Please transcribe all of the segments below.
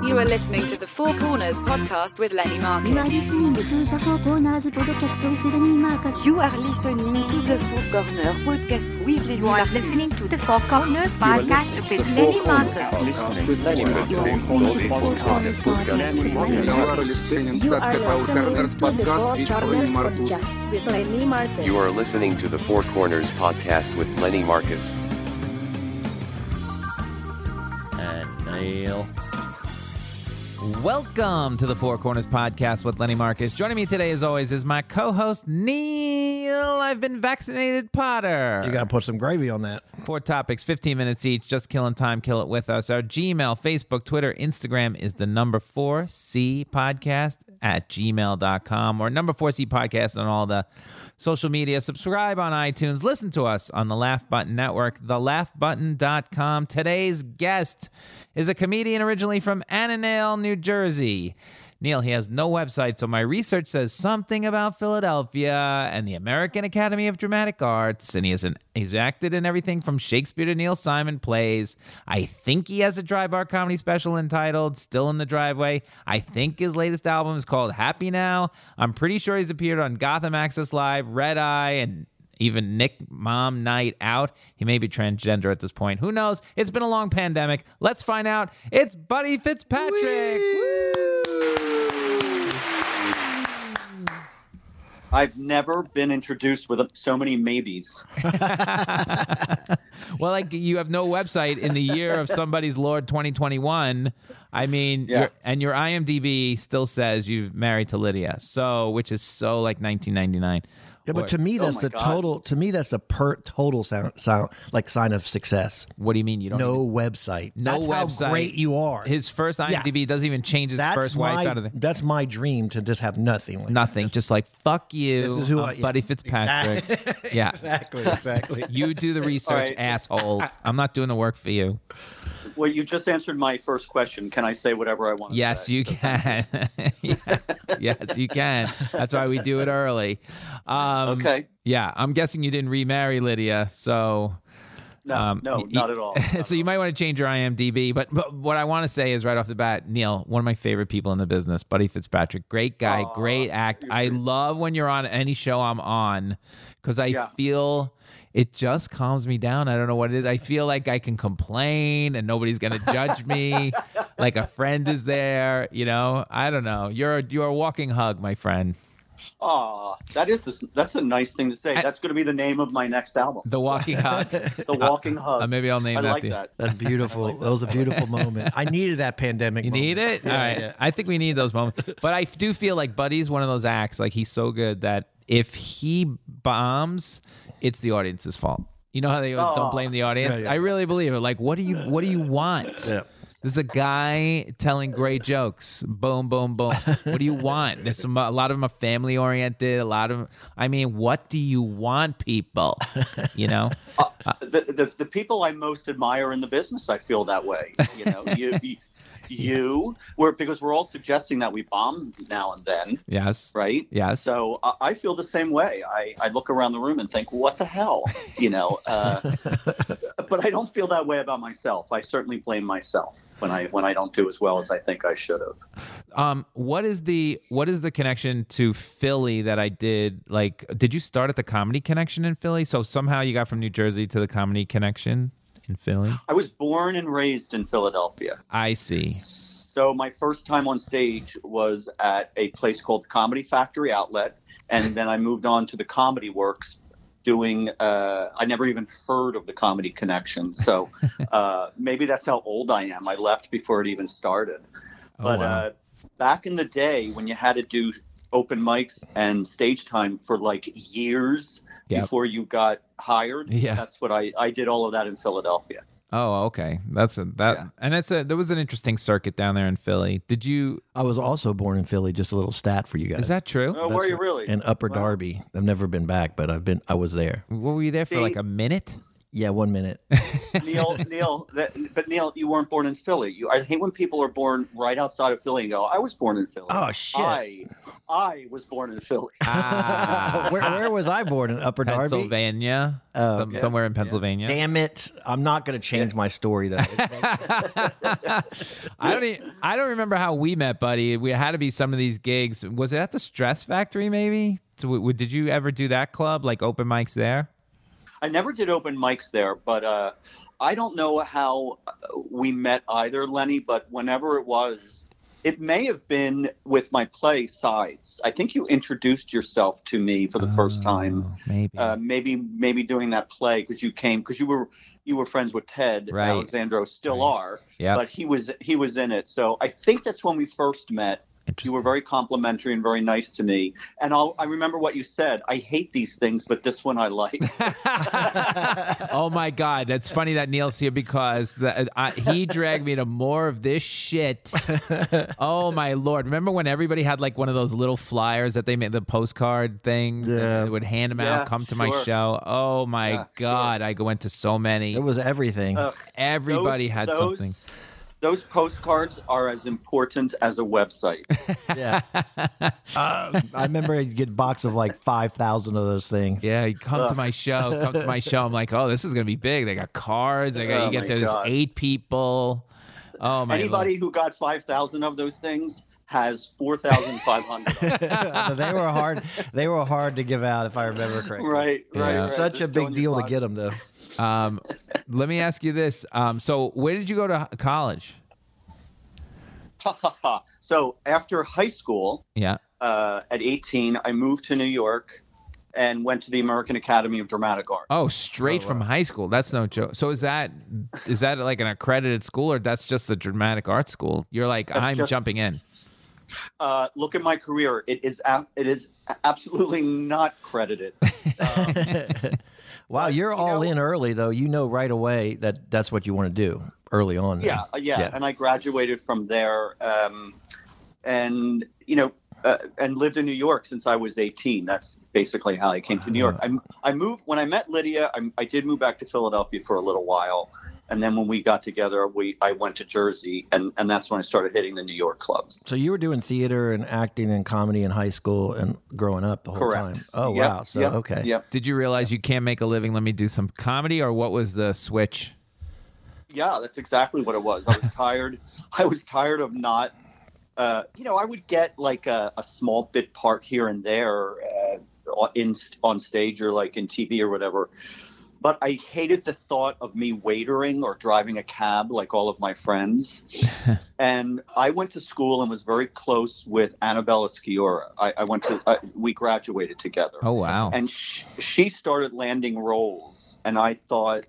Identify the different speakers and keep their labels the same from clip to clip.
Speaker 1: You are listening to the Four Corners podcast with Lenny
Speaker 2: You are
Speaker 1: Marcus.
Speaker 2: listening to the Four Corners podcast with Lenny Marcus.
Speaker 3: You are listening to the Four Corner podcast with Lenny
Speaker 4: You are
Speaker 3: Marcus.
Speaker 4: listening to the Four Corners podcast with Lenny Marcus.
Speaker 5: You are listening to the Four Corners podcast with Lenny Marcus.
Speaker 6: You are listening to the Four Corners podcast with Lenny Marcus.
Speaker 7: And Neil.
Speaker 8: Welcome to the Four Corners Podcast with Lenny Marcus. Joining me today, as always, is my co host, Neil. I've been vaccinated Potter.
Speaker 9: You got to put some gravy on that.
Speaker 8: four topics, 15 minutes each, just killing time, kill it with us. Our Gmail, Facebook, Twitter, Instagram is the number 4C podcast at gmail.com or number 4C podcast on all the social media. Subscribe on iTunes. Listen to us on the Laugh Button Network, thelaughbutton.com. Today's guest is a comedian originally from Annandale, New Jersey. Neil, he has no website, so my research says something about Philadelphia and the American Academy of Dramatic Arts, and he is an, he's acted in everything from Shakespeare to Neil Simon plays. I think he has a dry bar comedy special entitled Still in the Driveway. I think his latest album is called Happy Now. I'm pretty sure he's appeared on Gotham Access Live, Red Eye, and even Nick Mom Night Out. He may be transgender at this point. Who knows? It's been a long pandemic. Let's find out. It's Buddy Fitzpatrick. Woo!
Speaker 10: I've never been introduced with so many maybes.
Speaker 8: Well, like you have no website in the year of somebody's Lord 2021. I mean,
Speaker 10: Yeah.
Speaker 8: your, and your IMDb still says you've married to Lydia, so which is so like 1999.
Speaker 9: Yeah,
Speaker 8: Or-
Speaker 9: but to me,
Speaker 10: Oh
Speaker 9: that's
Speaker 10: my
Speaker 9: the
Speaker 10: God.
Speaker 9: total. To me, that's the per total sound, sound like sign of success.
Speaker 8: what do you mean you don't?
Speaker 9: No
Speaker 8: even-
Speaker 9: website.
Speaker 8: no
Speaker 9: that's
Speaker 8: website.
Speaker 9: How great you are.
Speaker 8: his first
Speaker 9: Yeah.
Speaker 8: IMDb doesn't even change his
Speaker 9: that's
Speaker 8: first
Speaker 9: my
Speaker 8: wife out of there.
Speaker 9: that's my dream to just have nothing. Like
Speaker 8: Nothing, just like fuck you,
Speaker 9: This is who
Speaker 8: I'm
Speaker 9: I-
Speaker 8: Buddy
Speaker 9: yeah.
Speaker 8: Fitzpatrick. Yeah,
Speaker 9: Exactly. Exactly.
Speaker 8: you do the research,
Speaker 10: right.
Speaker 8: assholes. I'm not doing the work for you.
Speaker 10: Well, you just answered my first question. Can I say whatever I want? to
Speaker 8: Yes,
Speaker 10: say?
Speaker 8: you
Speaker 10: So-
Speaker 8: can. yes, yes, you can. That's why we do it early. Um,
Speaker 10: Okay.
Speaker 8: Yeah, I'm guessing you didn't remarry Lydia, so
Speaker 10: No,
Speaker 8: um,
Speaker 10: no,
Speaker 8: y-
Speaker 10: not at all. Not
Speaker 8: so you
Speaker 10: at all.
Speaker 8: might want to change your IMDb. But, but what I want to say is right off the bat, Neil, one of my favorite people in the business, Buddy Fitzpatrick, great guy,
Speaker 10: Aw,
Speaker 8: great act. I love when you're on any show I'm on because I
Speaker 10: Yeah.
Speaker 8: feel it just calms me down. I don't know what it is. I feel like I can complain and nobody's gonna judge me. like a friend is there, you know. I don't know. You're you're a walking hug, my friend.
Speaker 10: Aw, that is a, that's a nice thing to say.
Speaker 8: I-
Speaker 10: that's going to be the name of my next album,
Speaker 8: The walking hug.
Speaker 10: The Walking Hug.
Speaker 8: Uh, maybe I'll name
Speaker 10: I
Speaker 8: that
Speaker 10: like
Speaker 8: the- uh,
Speaker 10: that.
Speaker 9: That's beautiful. that was a beautiful moment. I needed that pandemic.
Speaker 8: You
Speaker 9: moment.
Speaker 8: need it?
Speaker 9: Yeah,
Speaker 8: All right.
Speaker 9: yeah.
Speaker 8: I think we need those moments. But I do feel like Buddy's one of those acts. Like he's so good that if he bombs, it's the audience's fault. You know how they always
Speaker 10: Aw.
Speaker 8: don't blame the audience?
Speaker 9: Yeah, yeah.
Speaker 8: I really believe it. Like, what do you what do you want?
Speaker 9: Yeah.
Speaker 8: This is a guy telling great jokes. Boom, boom, boom. What do you want? There's some, a lot of them are family oriented. A lot of them, I mean, what do you want, people? You know?
Speaker 10: The, the the people I most admire in the business, I feel that way. You know, you. you you we're because we're all suggesting that we bomb now and then
Speaker 8: Yes.
Speaker 10: right?
Speaker 8: Yes.
Speaker 10: So I, I feel the same way. I, I look around the room and think, what the hell? You know, uh, but I don't feel that way about myself. I certainly blame myself when I when I don't do as well as I think I should have.
Speaker 8: Um, what is the what is the connection to Philly that I did? Like, did you start at the Comedy Connection in Philly? So somehow you got from New Jersey to the Comedy Connection in Philly.
Speaker 10: I was born and raised in Philadelphia.
Speaker 8: I see.
Speaker 10: So my first time on stage was at a place called the Comedy Factory Outlet, and then I moved on to the Comedy Works. Doing, uh, I never even heard of the Comedy Connection, so uh, maybe that's how old I am. I left before it even started.
Speaker 8: Oh,
Speaker 10: But
Speaker 8: wow.
Speaker 10: uh, back in the day when you had to do open mics and stage time for like years
Speaker 8: Yep.
Speaker 10: before you got hired,
Speaker 8: Yeah.
Speaker 10: that's what I, I did all of that in Philadelphia.
Speaker 8: oh, okay. That's a that,
Speaker 10: Yeah.
Speaker 8: and that's a there was an interesting circuit down there in Philly. Did you?
Speaker 9: I was also born in Philly. Just a little stat for you guys.
Speaker 8: Is that true?
Speaker 10: Oh, were you really?
Speaker 9: in Upper
Speaker 10: Wow.
Speaker 9: Darby? I've never been back, but I've been. I was there.
Speaker 8: What were you there for?
Speaker 10: See-
Speaker 8: Like a minute?
Speaker 9: Yeah, one minute.
Speaker 10: Neil, Neil, that, but Neil, you weren't born in Philly. You, I hate when people are born right outside of Philly and go, "I was born in Philly."
Speaker 9: Oh shit!
Speaker 10: I, I was born in Philly.
Speaker 8: Ah,
Speaker 9: where, where was I born in Upper Darby?
Speaker 8: Pennsylvania,
Speaker 9: Oh,
Speaker 8: Some,
Speaker 9: yeah.
Speaker 8: somewhere in Pennsylvania.
Speaker 9: Damn it! I'm not going to change my story though.
Speaker 8: I don't. e- I don't remember how we met, buddy. We had to be some of these gigs. Was it at the Stress Factory? Maybe. So, w- w- did you ever do that club, like open mics there?
Speaker 10: I never did open mics there, but uh, I don't know how uh, we met either, Lenny. But whenever it was, it may have been with my play sides. I think you introduced yourself to me for the first time.
Speaker 8: Oh, maybe.
Speaker 10: Uh, maybe maybe doing that play because you came because you were you were friends with Ted
Speaker 8: Right.
Speaker 10: Alexandro still
Speaker 8: Right.
Speaker 10: are
Speaker 8: Yep.
Speaker 10: but he was he was in it so I think that's when we first met you were very complimentary and very nice to me and I'll, I remember what you said I hate these things but this one I like
Speaker 8: oh my god, that's funny that Neil's here because the, uh, I, he dragged me to more of this shit. Oh my lord! Remember when everybody had like one of those little flyers that they made, the postcard things,
Speaker 9: Yeah.
Speaker 8: and they would hand them
Speaker 10: Yeah,
Speaker 8: out. Come to my
Speaker 10: sure.
Speaker 8: show. Oh my
Speaker 10: Yeah, sure.
Speaker 8: god! I went to so many.
Speaker 9: it was everything.
Speaker 8: Oh.
Speaker 10: Ugh,
Speaker 8: Everybody
Speaker 10: those-
Speaker 8: had
Speaker 10: those-
Speaker 8: something.
Speaker 10: those postcards are as important as a website
Speaker 9: yeah. Uh, I remember I'd get a box of like five thousand of those things.
Speaker 8: Yeah, you come to
Speaker 10: Ugh.
Speaker 8: my show. Come to my show. I'm like, oh, this is gonna be big. They got cards. They got
Speaker 10: Oh
Speaker 8: you get
Speaker 10: my
Speaker 8: there's
Speaker 10: God.
Speaker 8: eight people. Oh my! lord.
Speaker 10: anybody who got 5,000 of those things has 4,500
Speaker 9: So they were hard. They were hard to give out, if I remember correctly.
Speaker 10: right
Speaker 8: Yeah.
Speaker 10: right, right.
Speaker 9: Such a
Speaker 10: Just go in
Speaker 9: big
Speaker 10: your
Speaker 9: deal to
Speaker 10: pocket.
Speaker 9: get them though.
Speaker 8: Um, let me ask you this. Um, so where did you go to h- college?
Speaker 10: so after high school
Speaker 8: Yeah.
Speaker 10: uh, at 18 i moved to new york and went to the american academy of dramatic art
Speaker 8: Oh, straight
Speaker 9: Oh,
Speaker 8: from high school. That's no joke. So is that is that like an accredited school or that's just the dramatic arts school? You're like,
Speaker 10: That's
Speaker 8: I'm
Speaker 10: just-
Speaker 8: jumping in.
Speaker 10: uh, look at my career it is a- it is absolutely not credited um,
Speaker 9: Wow, you're
Speaker 10: you
Speaker 9: all
Speaker 10: know-
Speaker 9: in early though. You know right away that that's what you want to do early on. then.
Speaker 10: yeah, uh, yeah,
Speaker 9: Mm-hmm. Yeah.
Speaker 10: And I graduated from there, um, and you know, uh, and lived in New York since I was 18. That's basically how I came to New York. I, I moved when I met Lydia. I, I did move back to Philadelphia for a little while, and then when we got together, we I went to Jersey, and and that's when I started hitting the New York clubs.
Speaker 9: So you were doing theater and acting and comedy in high school and growing up the whole
Speaker 10: Correct.
Speaker 9: time. Oh
Speaker 10: Yep,
Speaker 9: wow. So
Speaker 10: yep,
Speaker 9: okay.
Speaker 10: Yep.
Speaker 8: Did you realize you can't make a living? Let me do some comedy or what was the switch?
Speaker 10: Yeah, that's exactly what it was. I was tired. I was tired of not. Uh, you know, I would get like a, a small bit part here and there uh, in on stage or like in TV or whatever. But I hated the thought of me waitering or driving a cab like all of my friends. and I went to school and was very close with Annabella Sciorra. I, I went to uh, we graduated together
Speaker 8: Oh wow.
Speaker 10: and sh- she started landing roles and i thought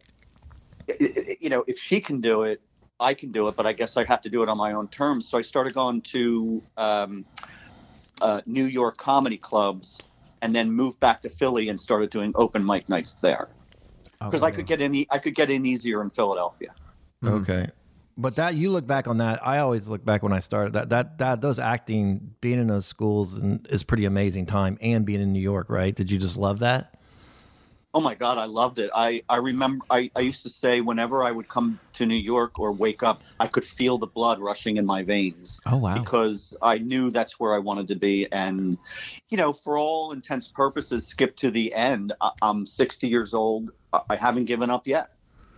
Speaker 10: i- i- you know if she can do it i can do it but i guess i have to do it on my own terms so i started going to um, uh, new york comedy clubs and then moved back to philly and started doing open mic nights there because i could get any i could get in easier in philadelphia
Speaker 9: Okay. Mm-hmm. But that you look back on that, I always look back when I started that that that those acting, being in those schools and is pretty amazing time and being in New York, right? Did you just love that?
Speaker 10: Oh my God, I loved it. I, I remember I, I used to say whenever I would come to New York or wake up, I could feel the blood rushing in my veins.
Speaker 8: Oh, wow.
Speaker 10: Because I knew that's where I wanted to be. And, you know, for all intents purposes, skip to the end. I, I'm 60 years old. I, I haven't given up yet.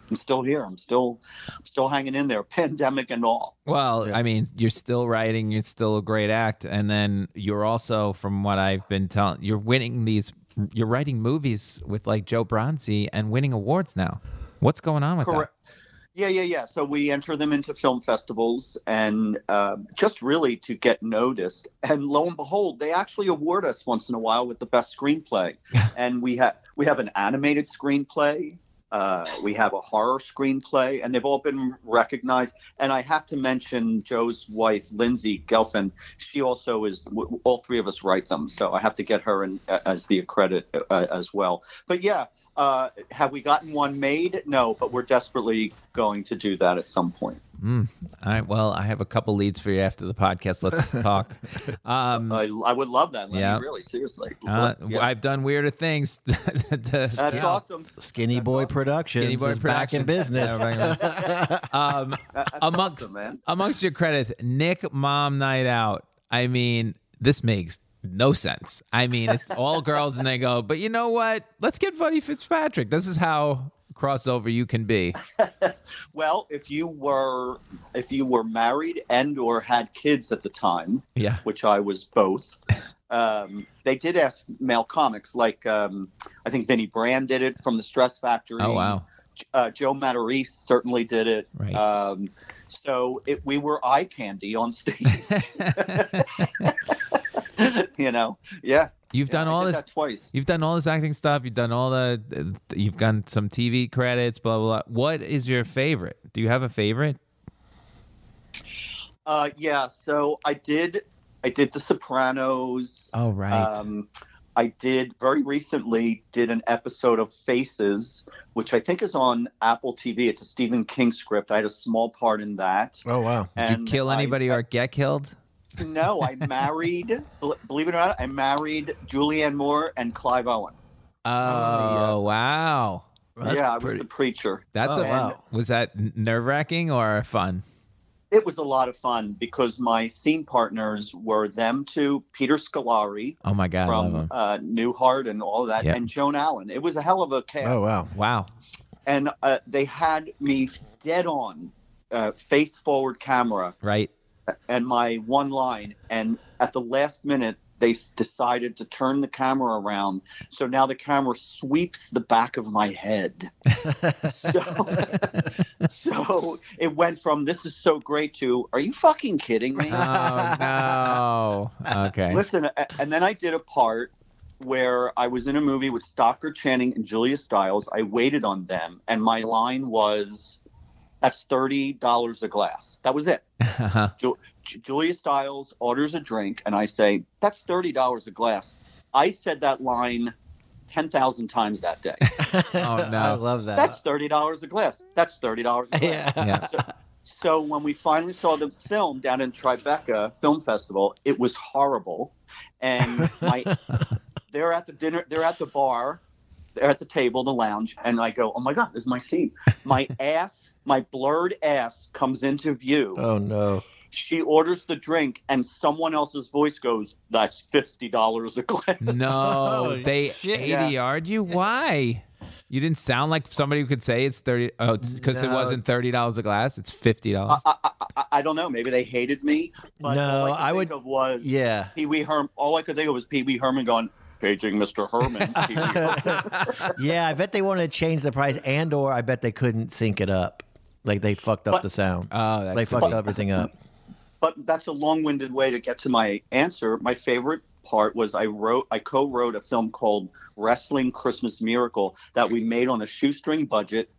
Speaker 10: I'm still here. I'm still, I'm still hanging in there, pandemic and all.
Speaker 8: Well,
Speaker 9: Yeah.
Speaker 8: I mean, you're still writing, you're still a great act, and then you're also, from what I've been telling, you're winning these, you're writing movies with like Joe Bronzi and winning awards now. What's going on with
Speaker 10: Correct. Yeah, yeah, yeah. So we enter them into film festivals and um, just really to get noticed. And lo and behold, they actually award us once in a while with the best screenplay. and we have we have an animated screenplay. Uh, we have a horror screenplay, and they've all been recognized. And I have to mention Joe's wife, Lindsay Gelfin. She also is. W- all three of us write them, so I have to get her in uh, as the credit uh, as well. But yeah, uh, have we gotten one made? No, but we're desperately going to do that at some point.
Speaker 8: All right. Well, I have a couple leads for you after the podcast. Let's talk. Um,
Speaker 10: I, I would love that, Lenny.
Speaker 8: Yeah.
Speaker 10: Really, seriously.
Speaker 8: uh,
Speaker 10: Let- yeah.
Speaker 8: I've done weirder things. That's
Speaker 10: That's awesome.
Speaker 9: Skinny
Speaker 10: That's
Speaker 9: Boy
Speaker 10: awesome.
Speaker 9: Productions
Speaker 8: Skinny Boy
Speaker 9: is back in
Speaker 8: Productions.
Speaker 9: business.
Speaker 8: Yeah, um,
Speaker 10: That- that's
Speaker 8: amongst
Speaker 10: awesome, man.
Speaker 8: amongst your credits, Nick Mom Night Out. I mean, this makes no sense. I mean, it's all girls, and they go, but you know what? Let's get Buddy Fitzpatrick. This is how crossover you can be.
Speaker 10: Well, if you were if you were married and or had kids at the time,
Speaker 8: Yeah.
Speaker 10: which I was both, um, they did ask male comics like um, I think Vinnie Brand did it from the Stress Factory.
Speaker 8: Oh wow.
Speaker 10: Uh, Joe Matarese certainly did it.
Speaker 8: Right.
Speaker 10: Um, so it, we were eye candy on stage. you know, yeah.
Speaker 8: You've done
Speaker 10: I
Speaker 8: all this.
Speaker 10: did that twice.
Speaker 8: You've done all this acting stuff. You've done all the. You've done some TV credits. Blah blah. blah. What is your favorite? Do you have a favorite?
Speaker 10: Uh, yeah. So I did. I did The Sopranos.
Speaker 8: Oh right.
Speaker 10: Um, I did very recently did an episode of Faces, which I think is on Apple TV. It's a Stephen King script. I had a small part in that.
Speaker 9: Oh wow.
Speaker 8: Did you
Speaker 10: And
Speaker 8: kill
Speaker 10: I-
Speaker 8: anybody or get killed?
Speaker 10: no, I married. bel- believe it or not, I married Julianne Moore and Clive Owen.
Speaker 8: Oh wow.
Speaker 9: That's
Speaker 10: yeah, I was
Speaker 9: pretty-
Speaker 10: the preacher.
Speaker 8: That's a
Speaker 9: Oh, wow.
Speaker 8: was that nerve wracking or fun?
Speaker 10: It was a lot of fun because my scene partners were them two, Peter Scolari
Speaker 8: Oh my god, I love
Speaker 10: from
Speaker 8: him.
Speaker 10: uh, Newhart and all that,
Speaker 8: Yeah.
Speaker 10: and Joan Allen. It was a hell of a cast.
Speaker 9: Oh wow.
Speaker 8: Wow.
Speaker 10: and uh, they had me dead on uh, face forward camera
Speaker 8: Right.
Speaker 10: and my one line and at the last minute they s- decided to turn the camera around so now the camera sweeps the back of my head so, so it went from this is so great to are you fucking kidding me
Speaker 8: Oh no. Okay.
Speaker 10: Listen, a- and then I did a part where I was in a movie with Stockard Channing and Julia Stiles. I waited on them, and my line was, "That's thirty dollars a glass." That was it.
Speaker 8: Oh,
Speaker 10: Ju- Ju- Julia Stiles orders a drink, and I say, "That's thirty dollars a glass." I said that line ten thousand times that day.
Speaker 8: oh
Speaker 9: I
Speaker 8: no.
Speaker 9: love that.
Speaker 10: That's thirty dollars a glass. That's thirty dollars a glass.
Speaker 9: yeah.
Speaker 8: Yeah.
Speaker 10: So, so when we finally saw the film down in Tribeca Film Festival, it was horrible. And my, they're at the dinner, they're at the bar, they're at the table, the lounge, and I go, "Oh my god, this is my scene." My ass, my blurred ass, comes into view.
Speaker 9: Oh no.
Speaker 10: She orders the drink, and someone else's voice goes, "That's fifty dollars a glass."
Speaker 8: No.
Speaker 9: Oh,
Speaker 8: They
Speaker 9: shit.
Speaker 8: ADR'd you? Why? You didn't sound like somebody who could say it's thirty oh because it
Speaker 9: No.
Speaker 8: wasn't thirty dollars a glass, it's fifty
Speaker 10: I,
Speaker 8: dollars.
Speaker 10: I, I, I don't know. Maybe they hated me. But
Speaker 9: No,
Speaker 10: all I, could
Speaker 9: I
Speaker 10: think
Speaker 9: would-
Speaker 10: Of was
Speaker 9: Yeah.
Speaker 10: Pee Wee Herman. All I could think of was Pee Wee Herman going, paging Mr. Herman. Pee Wee Herman."
Speaker 9: Yeah, I bet they wanted to change the price and or I bet they couldn't sync it up. Like they fucked up
Speaker 10: But-
Speaker 9: the sound.
Speaker 8: Oh that
Speaker 9: they
Speaker 8: could
Speaker 9: fucked
Speaker 8: be-
Speaker 9: everything up.
Speaker 10: but that's a long-winded way to get to my answer. My favorite part was I wrote, I co-wrote a film called Wrestling Christmas Miracle that we made on a shoestring budget,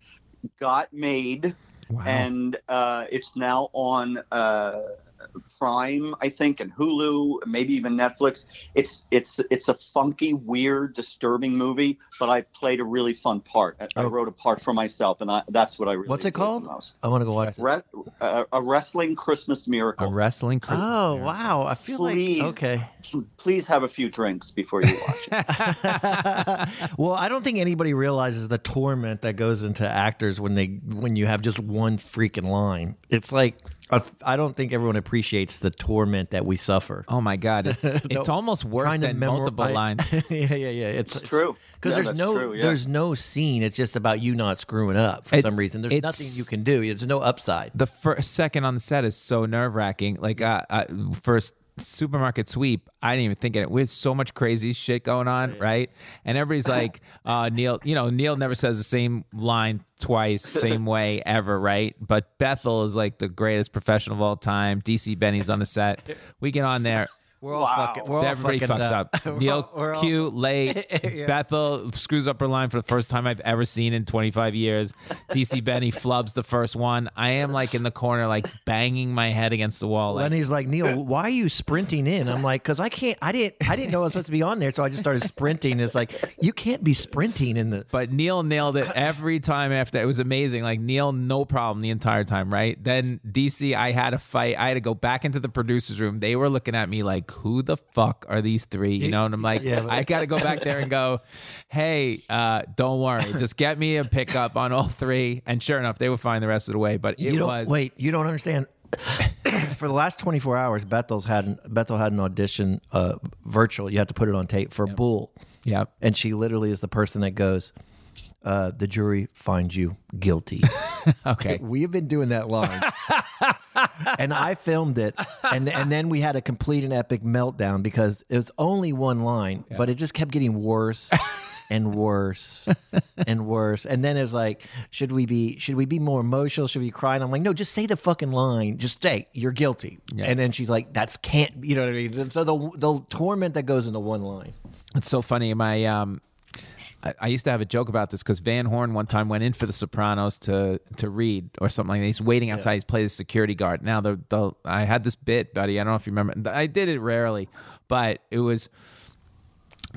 Speaker 10: got made,
Speaker 8: Wow.
Speaker 10: and uh, it's now on uh, Prime, I think, and Hulu, maybe even Netflix. It's it's it's a funky, weird, disturbing movie, but I played a really fun part. I, I
Speaker 9: Oh.
Speaker 10: wrote a part for myself, and I, that's what I really
Speaker 9: What's it
Speaker 10: enjoyed
Speaker 9: called?
Speaker 10: the most.
Speaker 9: I want to go watch.
Speaker 10: Re- uh, a wrestling Christmas miracle.
Speaker 8: a wrestling Christmas
Speaker 9: Oh
Speaker 8: miracle.
Speaker 9: wow. I feel
Speaker 10: Please.
Speaker 9: like okay.
Speaker 10: please have a few drinks before you watch it.
Speaker 9: well, I don't think anybody realizes the torment that goes into actors when they when you have just one freaking line. It's like I, I don't think everyone appreciates the torment that we suffer.
Speaker 8: Oh my god, it's it's almost worse
Speaker 9: Trying to
Speaker 8: than
Speaker 9: memor-
Speaker 8: multiple
Speaker 9: I-
Speaker 8: lines.
Speaker 9: yeah, yeah, yeah. It's,
Speaker 10: It's true.
Speaker 9: because
Speaker 10: Yeah,
Speaker 9: there's
Speaker 10: that's
Speaker 9: no
Speaker 10: true, yeah.
Speaker 9: there's no scene. It's just about you not screwing up for
Speaker 8: It-
Speaker 9: some reason. There's
Speaker 8: it's-
Speaker 9: nothing you can do. There's no upside.
Speaker 8: the first second on the set is so nerve wracking. Like uh, uh, first supermarket sweep, I didn't even think of it. With so much crazy shit going on, right? And everybody's like, uh, Neil, you know, Neil never says the same line twice, same way ever, right? But Bethel is like the greatest professional of all time. DC Benny's on the set. We get on there.
Speaker 9: We're all
Speaker 10: Wow.
Speaker 9: fucking. We're all
Speaker 8: Everybody
Speaker 9: fucking uh,
Speaker 8: fucks up.
Speaker 9: We're
Speaker 8: Neil
Speaker 9: all- we're all-
Speaker 8: Q, Lay,
Speaker 9: Yeah.
Speaker 8: Bethel screws up her line for the first time I've ever seen in 25 years. DC Benny flubs the first one. I am like in the corner, like banging my head against the wall. Like,
Speaker 9: Lenny's like Neil, why are you sprinting in? I'm like, because I can't. I didn't. I didn't know I was supposed to be on there, so I just started sprinting. It's like you can't be sprinting in the.
Speaker 8: But Neil nailed
Speaker 9: Uh,
Speaker 8: it every time after. It was amazing. Like Neil, no problem the entire time, right? Then DC, I had a fight. I had to go back into the producers' room. They were looking at me like, "Who the fuck are these three? You know? And I'm like,
Speaker 9: Yeah, but-
Speaker 8: I got to go back there and go, "Hey, uh, don't worry, just get me a pickup on all three. And sure enough, they would find the rest of the way. But it
Speaker 9: you don't,
Speaker 8: was
Speaker 9: Wait, you don't understand. for the last 24 hours, Bethel's had an, Bethel had an audition uh, virtual. You have to put it on tape for Bull,
Speaker 8: Yep.
Speaker 9: and she literally is the person that goes, uh, "The jury finds you guilty."
Speaker 8: Okay.
Speaker 9: We've been doing that line. and I filmed it. And and then we had a complete and epic meltdown because it was only one line, but it just kept getting worse and worse and worse. And then it was like, should we be should we be more emotional? Should we cry? And I'm like, no, just say the fucking line. Just say you're guilty. And then she's like, that's can't you know what I mean? So the the torment that goes into one line.
Speaker 8: It's so funny. My um, I, I used to have a joke about this because Van Horn one time went in for The Sopranos to to read or something like that. He's waiting outside. He's playing the security guard. Now the the I had this bit, buddy. I don't know if you remember. I did it rarely, but it was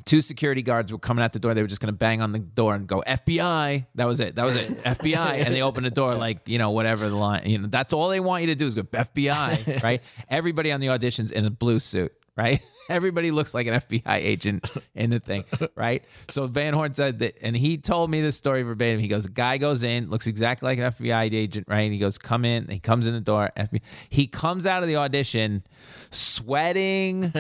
Speaker 8: two security guards were coming out the door. They were just going to bang on the door and go FBI. That was it. That was it. FBI. And they opened the door like you know whatever the line. You know that's all they want you to do is go FBI. Right. Everybody on the auditions in a blue suit. Right. Everybody looks like an FBI agent in the thing. Right. So Van Horn said that, and he told me this story verbatim. He goes, a guy goes in, looks exactly like an FBI agent. Right. he goes, come in. He comes in the door. FBI. He comes out of the audition sweating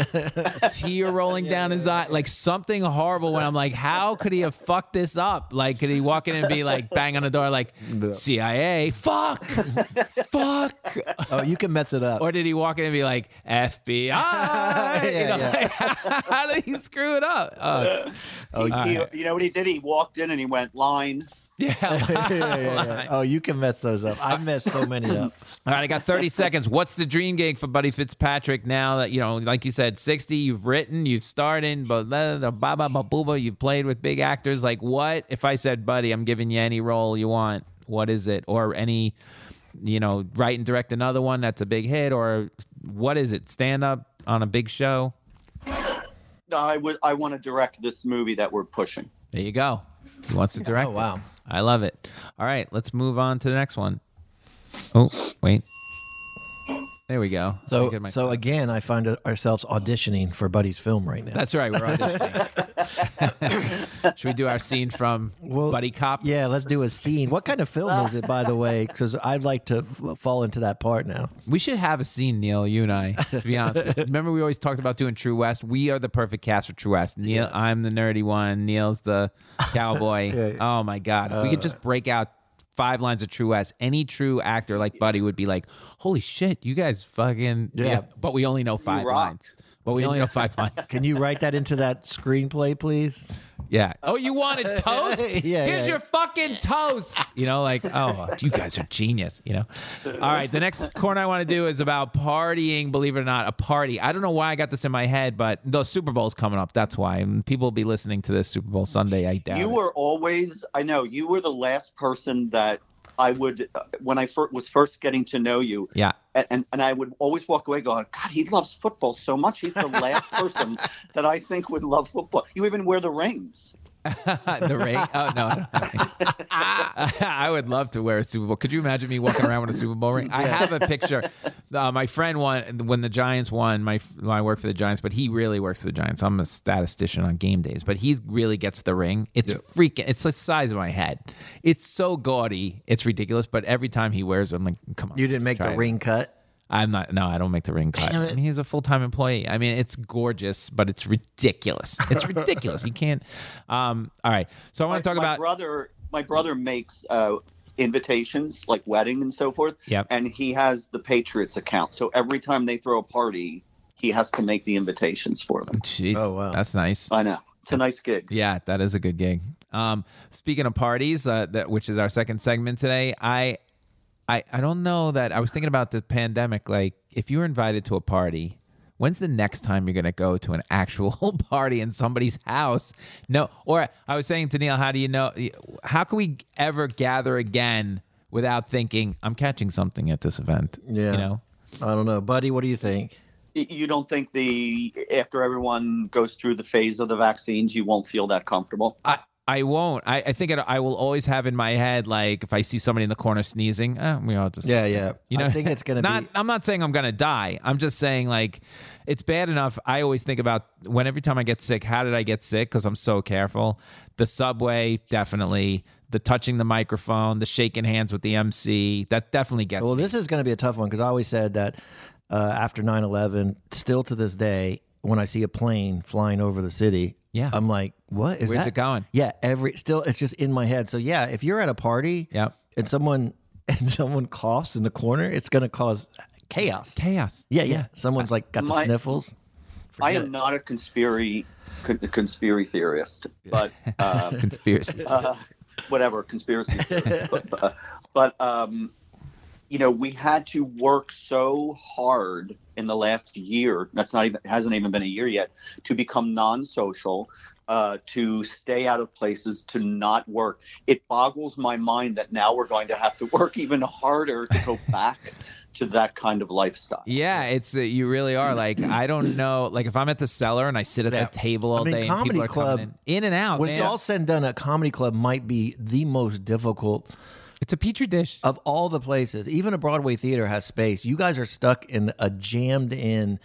Speaker 8: tear rolling down his eye, like something horrible. When I'm like, how could he have fucked this up? Like, could he walk in and be like, bang on the door, like CIA, fuck, fuck,
Speaker 9: Oh, you can mess it up.
Speaker 8: or did he walk in and be like FBI? You
Speaker 9: Yeah,
Speaker 8: know,
Speaker 9: yeah.
Speaker 8: like, how did he screw it up? Oh,
Speaker 10: Oh, he,
Speaker 8: yeah.
Speaker 10: You know what he did? He walked in and he went line.
Speaker 8: yeah.
Speaker 9: Yeah, yeah, yeah. Oh, you can mess those up. I messed so many up.
Speaker 8: All right, I got 30 seconds. What's the dream gig for Buddy Fitzpatrick now that, you know, like you said, 60, you've written, you've started, but blah, blah, blah, blah, blah, blah, blah, you've played with big actors. Like, what if I said, Buddy, I'm giving you any role you want? What is it? Or any, you know, write and direct another one that's a big hit? Or what is it? Stand up on a big show?
Speaker 10: No, I would. I want to direct this movie that we're pushing.
Speaker 8: There you go. He wants to direct.
Speaker 9: Oh,
Speaker 8: it.
Speaker 9: wow.
Speaker 8: I love it. All right, let's move on to the next one. Oh, wait. There we go. Let me
Speaker 9: So,
Speaker 8: get my-
Speaker 9: so again, I find ourselves auditioning for Buddy's film right now.
Speaker 8: That's right. We're auditioning. Should we do our scene from
Speaker 9: Well,
Speaker 8: Buddy Cop?
Speaker 9: yeah, let's do a scene. What kind of film is it, by the way? Because I'd like to f- fall into that part now.
Speaker 8: We should have a scene, Neil, you and I, to be honest. with you. Remember, we always talked about doing True West. We are the perfect cast for True West. Neil, I'm the nerdy one. Neil's the cowboy. Oh, my God. If we
Speaker 9: Uh,
Speaker 8: could just break out five lines of True West, any true actor like Buddy would be like, holy shit, you guys fucking.
Speaker 9: Yeah.
Speaker 8: But we only know five
Speaker 10: rock.
Speaker 8: lines. But we only know five lines.
Speaker 9: Can you write that into that screenplay, please?
Speaker 8: Yeah. Oh, you wanted toast?
Speaker 9: Yeah,
Speaker 8: Here's
Speaker 9: yeah.
Speaker 8: your fucking toast. You know, like, oh, you guys are genius, you know? All right. The next corner I want to do is about partying, believe it or not, a party. I don't know why I got this in my head, but the Super Bowl's coming up. That's why. And people will be listening to this Super Bowl Sunday, I doubt.
Speaker 10: you
Speaker 8: it.
Speaker 10: were always. I know you were the last person that I would uh, when I fir- was first getting to know you.
Speaker 8: Yeah.
Speaker 10: and, and and I would always walk away going, God, he loves football so much. He's the last person that I think would love football. You even wear the rings.
Speaker 8: the ring. Oh, no. I, don't have a ring. I would love to wear a Super Bowl. Could you imagine me walking around with a Super Bowl ring? I have a picture. Uh, my friend won when the Giants won. My well, I work for the Giants, but he really works for the Giants. I'm a statistician on game days, but he really gets the ring. It's freaking. It's the size of my head. It's so gaudy. It's ridiculous. But every time he wears, it, I'm like, come on.
Speaker 9: You didn't make
Speaker 8: try
Speaker 9: the
Speaker 8: it.
Speaker 9: ring cut.
Speaker 8: I'm not. No, I don't make the ring cut. I mean, he's a full time employee. I mean, it's gorgeous, but it's ridiculous. It's ridiculous. you can't. Um. All right. So I want to talk
Speaker 10: my
Speaker 8: about.
Speaker 10: brother. My brother makes uh, invitations like wedding and so forth.
Speaker 8: Yep.
Speaker 10: and he has the Patriots account. So every time they throw a party, he has to make the invitations for them.
Speaker 8: Jeez,
Speaker 9: Oh, wow.
Speaker 8: that's nice.
Speaker 10: I know. It's a nice gig.
Speaker 8: Yeah, that is a good gig. Um, speaking of parties, uh, that which is our second segment today, I, I, I don't know that I was thinking about the pandemic. Like, if you were invited to a party, When's the next time you're gonna go to an actual party in somebody's house? No, or I was saying to Neil, how do you know? How can we ever gather again without thinking I'm catching something at this event?
Speaker 9: Yeah.
Speaker 8: you know.
Speaker 9: I don't know, buddy. What do you think?
Speaker 10: You don't think the after everyone goes through the phase of the vaccines, you won't feel that comfortable?
Speaker 8: I, I won't. I, I think it, I will always have in my head like if I see somebody in the corner sneezing, eh, we all just
Speaker 9: Yeah, yeah.
Speaker 8: You know,
Speaker 9: I think it's gonna
Speaker 8: not,
Speaker 9: be.
Speaker 8: I'm not saying I'm gonna die. I'm just saying like it's bad enough. I always think about when every time I get sick, how did I get sick? Because I'm so careful. The subway, definitely. The touching the microphone, the shaking hands with the MC, that definitely gets
Speaker 9: Well,
Speaker 8: me.
Speaker 9: this is going to be a tough one because I always said that uh, after 9 11, still to this day, when I see a plane flying over the city,
Speaker 8: Yeah.
Speaker 9: I'm like, what is
Speaker 8: Where's
Speaker 9: that?
Speaker 8: it going?
Speaker 9: Yeah, every still, it's just in my head. So yeah, if you're at a party,
Speaker 8: Yep.
Speaker 9: and someone and someone coughs in the corner, it's going to cause chaos.
Speaker 8: chaos.
Speaker 9: Yeah, yeah. Someone's like got
Speaker 10: My-
Speaker 9: the sniffles.
Speaker 10: I
Speaker 9: Forget
Speaker 10: am
Speaker 9: it.
Speaker 10: not a conspiracy con- conspiracy theorist, but uh,
Speaker 8: Conspiracy.
Speaker 10: uh, whatever conspiracy. theories. but uh, but um, you know, we had to work so hard in the last year. That's not even hasn't even been a year yet to become non-social, uh, to stay out of places, to not work. It boggles my mind that now we're going to have to work even harder to go back to that kind of lifestyle.
Speaker 8: Yeah, it's uh, you really are. Like I don't know. Like if I'm at the cellar and I sit at
Speaker 9: Yeah.
Speaker 8: the table
Speaker 9: I
Speaker 8: all
Speaker 9: mean,
Speaker 8: day, and
Speaker 9: comedy
Speaker 8: people are
Speaker 9: club-
Speaker 8: coming in, in and out.
Speaker 9: When
Speaker 8: Oh, man.
Speaker 9: it's all said and done, a comedy club might be the most difficult
Speaker 8: It's a petri dish.
Speaker 9: of all the places. Even a Broadway theater has space. You guys are stuck in a jammed in.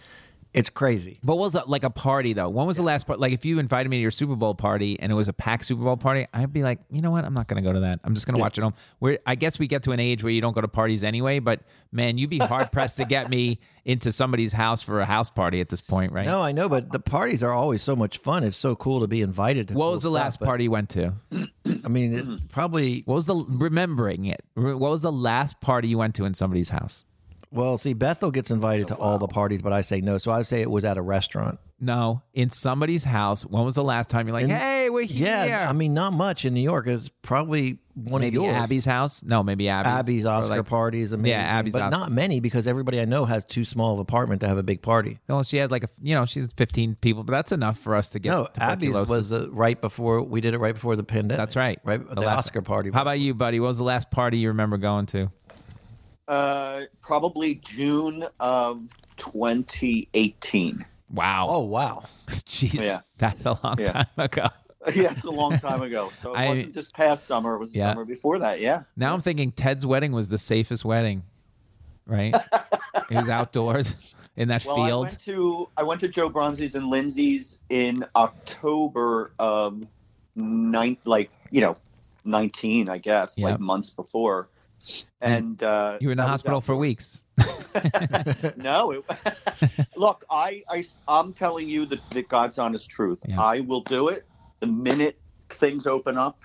Speaker 9: It's crazy.
Speaker 8: But what was that like a party though? When was the last part? Like if you invited me to your Super Bowl party and it was a packed Super Bowl party, I'd be like, you know what? I'm not going to go to that. I'm just going to watch it home. Where I guess we get to an age where you don't go to parties anyway. But man, you'd be hard pressed to get me into somebody's house for a house party at this point, right?
Speaker 9: No, I know, but the parties are always so much fun. It's so cool to be invited to.
Speaker 8: What
Speaker 9: cool
Speaker 8: was the
Speaker 9: stuff,
Speaker 8: last
Speaker 9: but,
Speaker 8: party you went to?
Speaker 9: I mean, it, probably.
Speaker 8: What was the remembering it? Re- What was the last party you went to in somebody's house?
Speaker 9: Well, see, Bethel gets invited to all the parties, but I say no. So I would say it was at a restaurant.
Speaker 8: No, in somebody's house. When was the last time you're like,
Speaker 9: And-
Speaker 8: hey, we're here?
Speaker 9: Yeah, I mean, not much in New York. It's probably one
Speaker 8: maybe
Speaker 9: of yours.
Speaker 8: Abby's house. No, maybe Abby's.
Speaker 9: Abby's
Speaker 8: Or,
Speaker 9: Oscar
Speaker 8: like,
Speaker 9: party is amazing.
Speaker 8: Yeah, Abby's
Speaker 9: but
Speaker 8: Oscar.
Speaker 9: not many because everybody I know has too small of an apartment to have a big party.
Speaker 8: Well, she had like a, you know, she's 15 people, but that's enough for us to get.
Speaker 9: No, Abby's
Speaker 8: tuberculosis.
Speaker 9: was the, right before we did it. Right before the pandemic.
Speaker 8: That's right.
Speaker 9: Right, the,
Speaker 8: last-
Speaker 9: Oscar party.
Speaker 8: How about you, buddy? What was the last party you remember going to?
Speaker 10: Uh, probably June of 2018.
Speaker 8: Wow.
Speaker 9: Oh wow!
Speaker 8: jeez.
Speaker 10: Yeah.
Speaker 8: That's a long
Speaker 10: Yeah.
Speaker 8: time ago.
Speaker 10: yeah, it's a long time ago. So it
Speaker 8: I-
Speaker 10: wasn't this past summer. It was the
Speaker 8: Yeah.
Speaker 10: summer before that. Yeah.
Speaker 8: Now I'm thinking Ted's wedding was the safest wedding, right? it was outdoors in that
Speaker 10: Well, I
Speaker 8: field.
Speaker 10: went to I went to Joe Bronzi's and Lindsay's in October of nine, like you know, 19, I guess,
Speaker 8: Yeah.
Speaker 10: like months before. And uh,
Speaker 8: You were in the
Speaker 10: I was
Speaker 8: hospital for
Speaker 10: outdoors.
Speaker 8: weeks.
Speaker 10: no. It, look, I, I, I'm telling you the, the God's honest truth.
Speaker 8: Yeah.
Speaker 10: I will do it the minute things open up,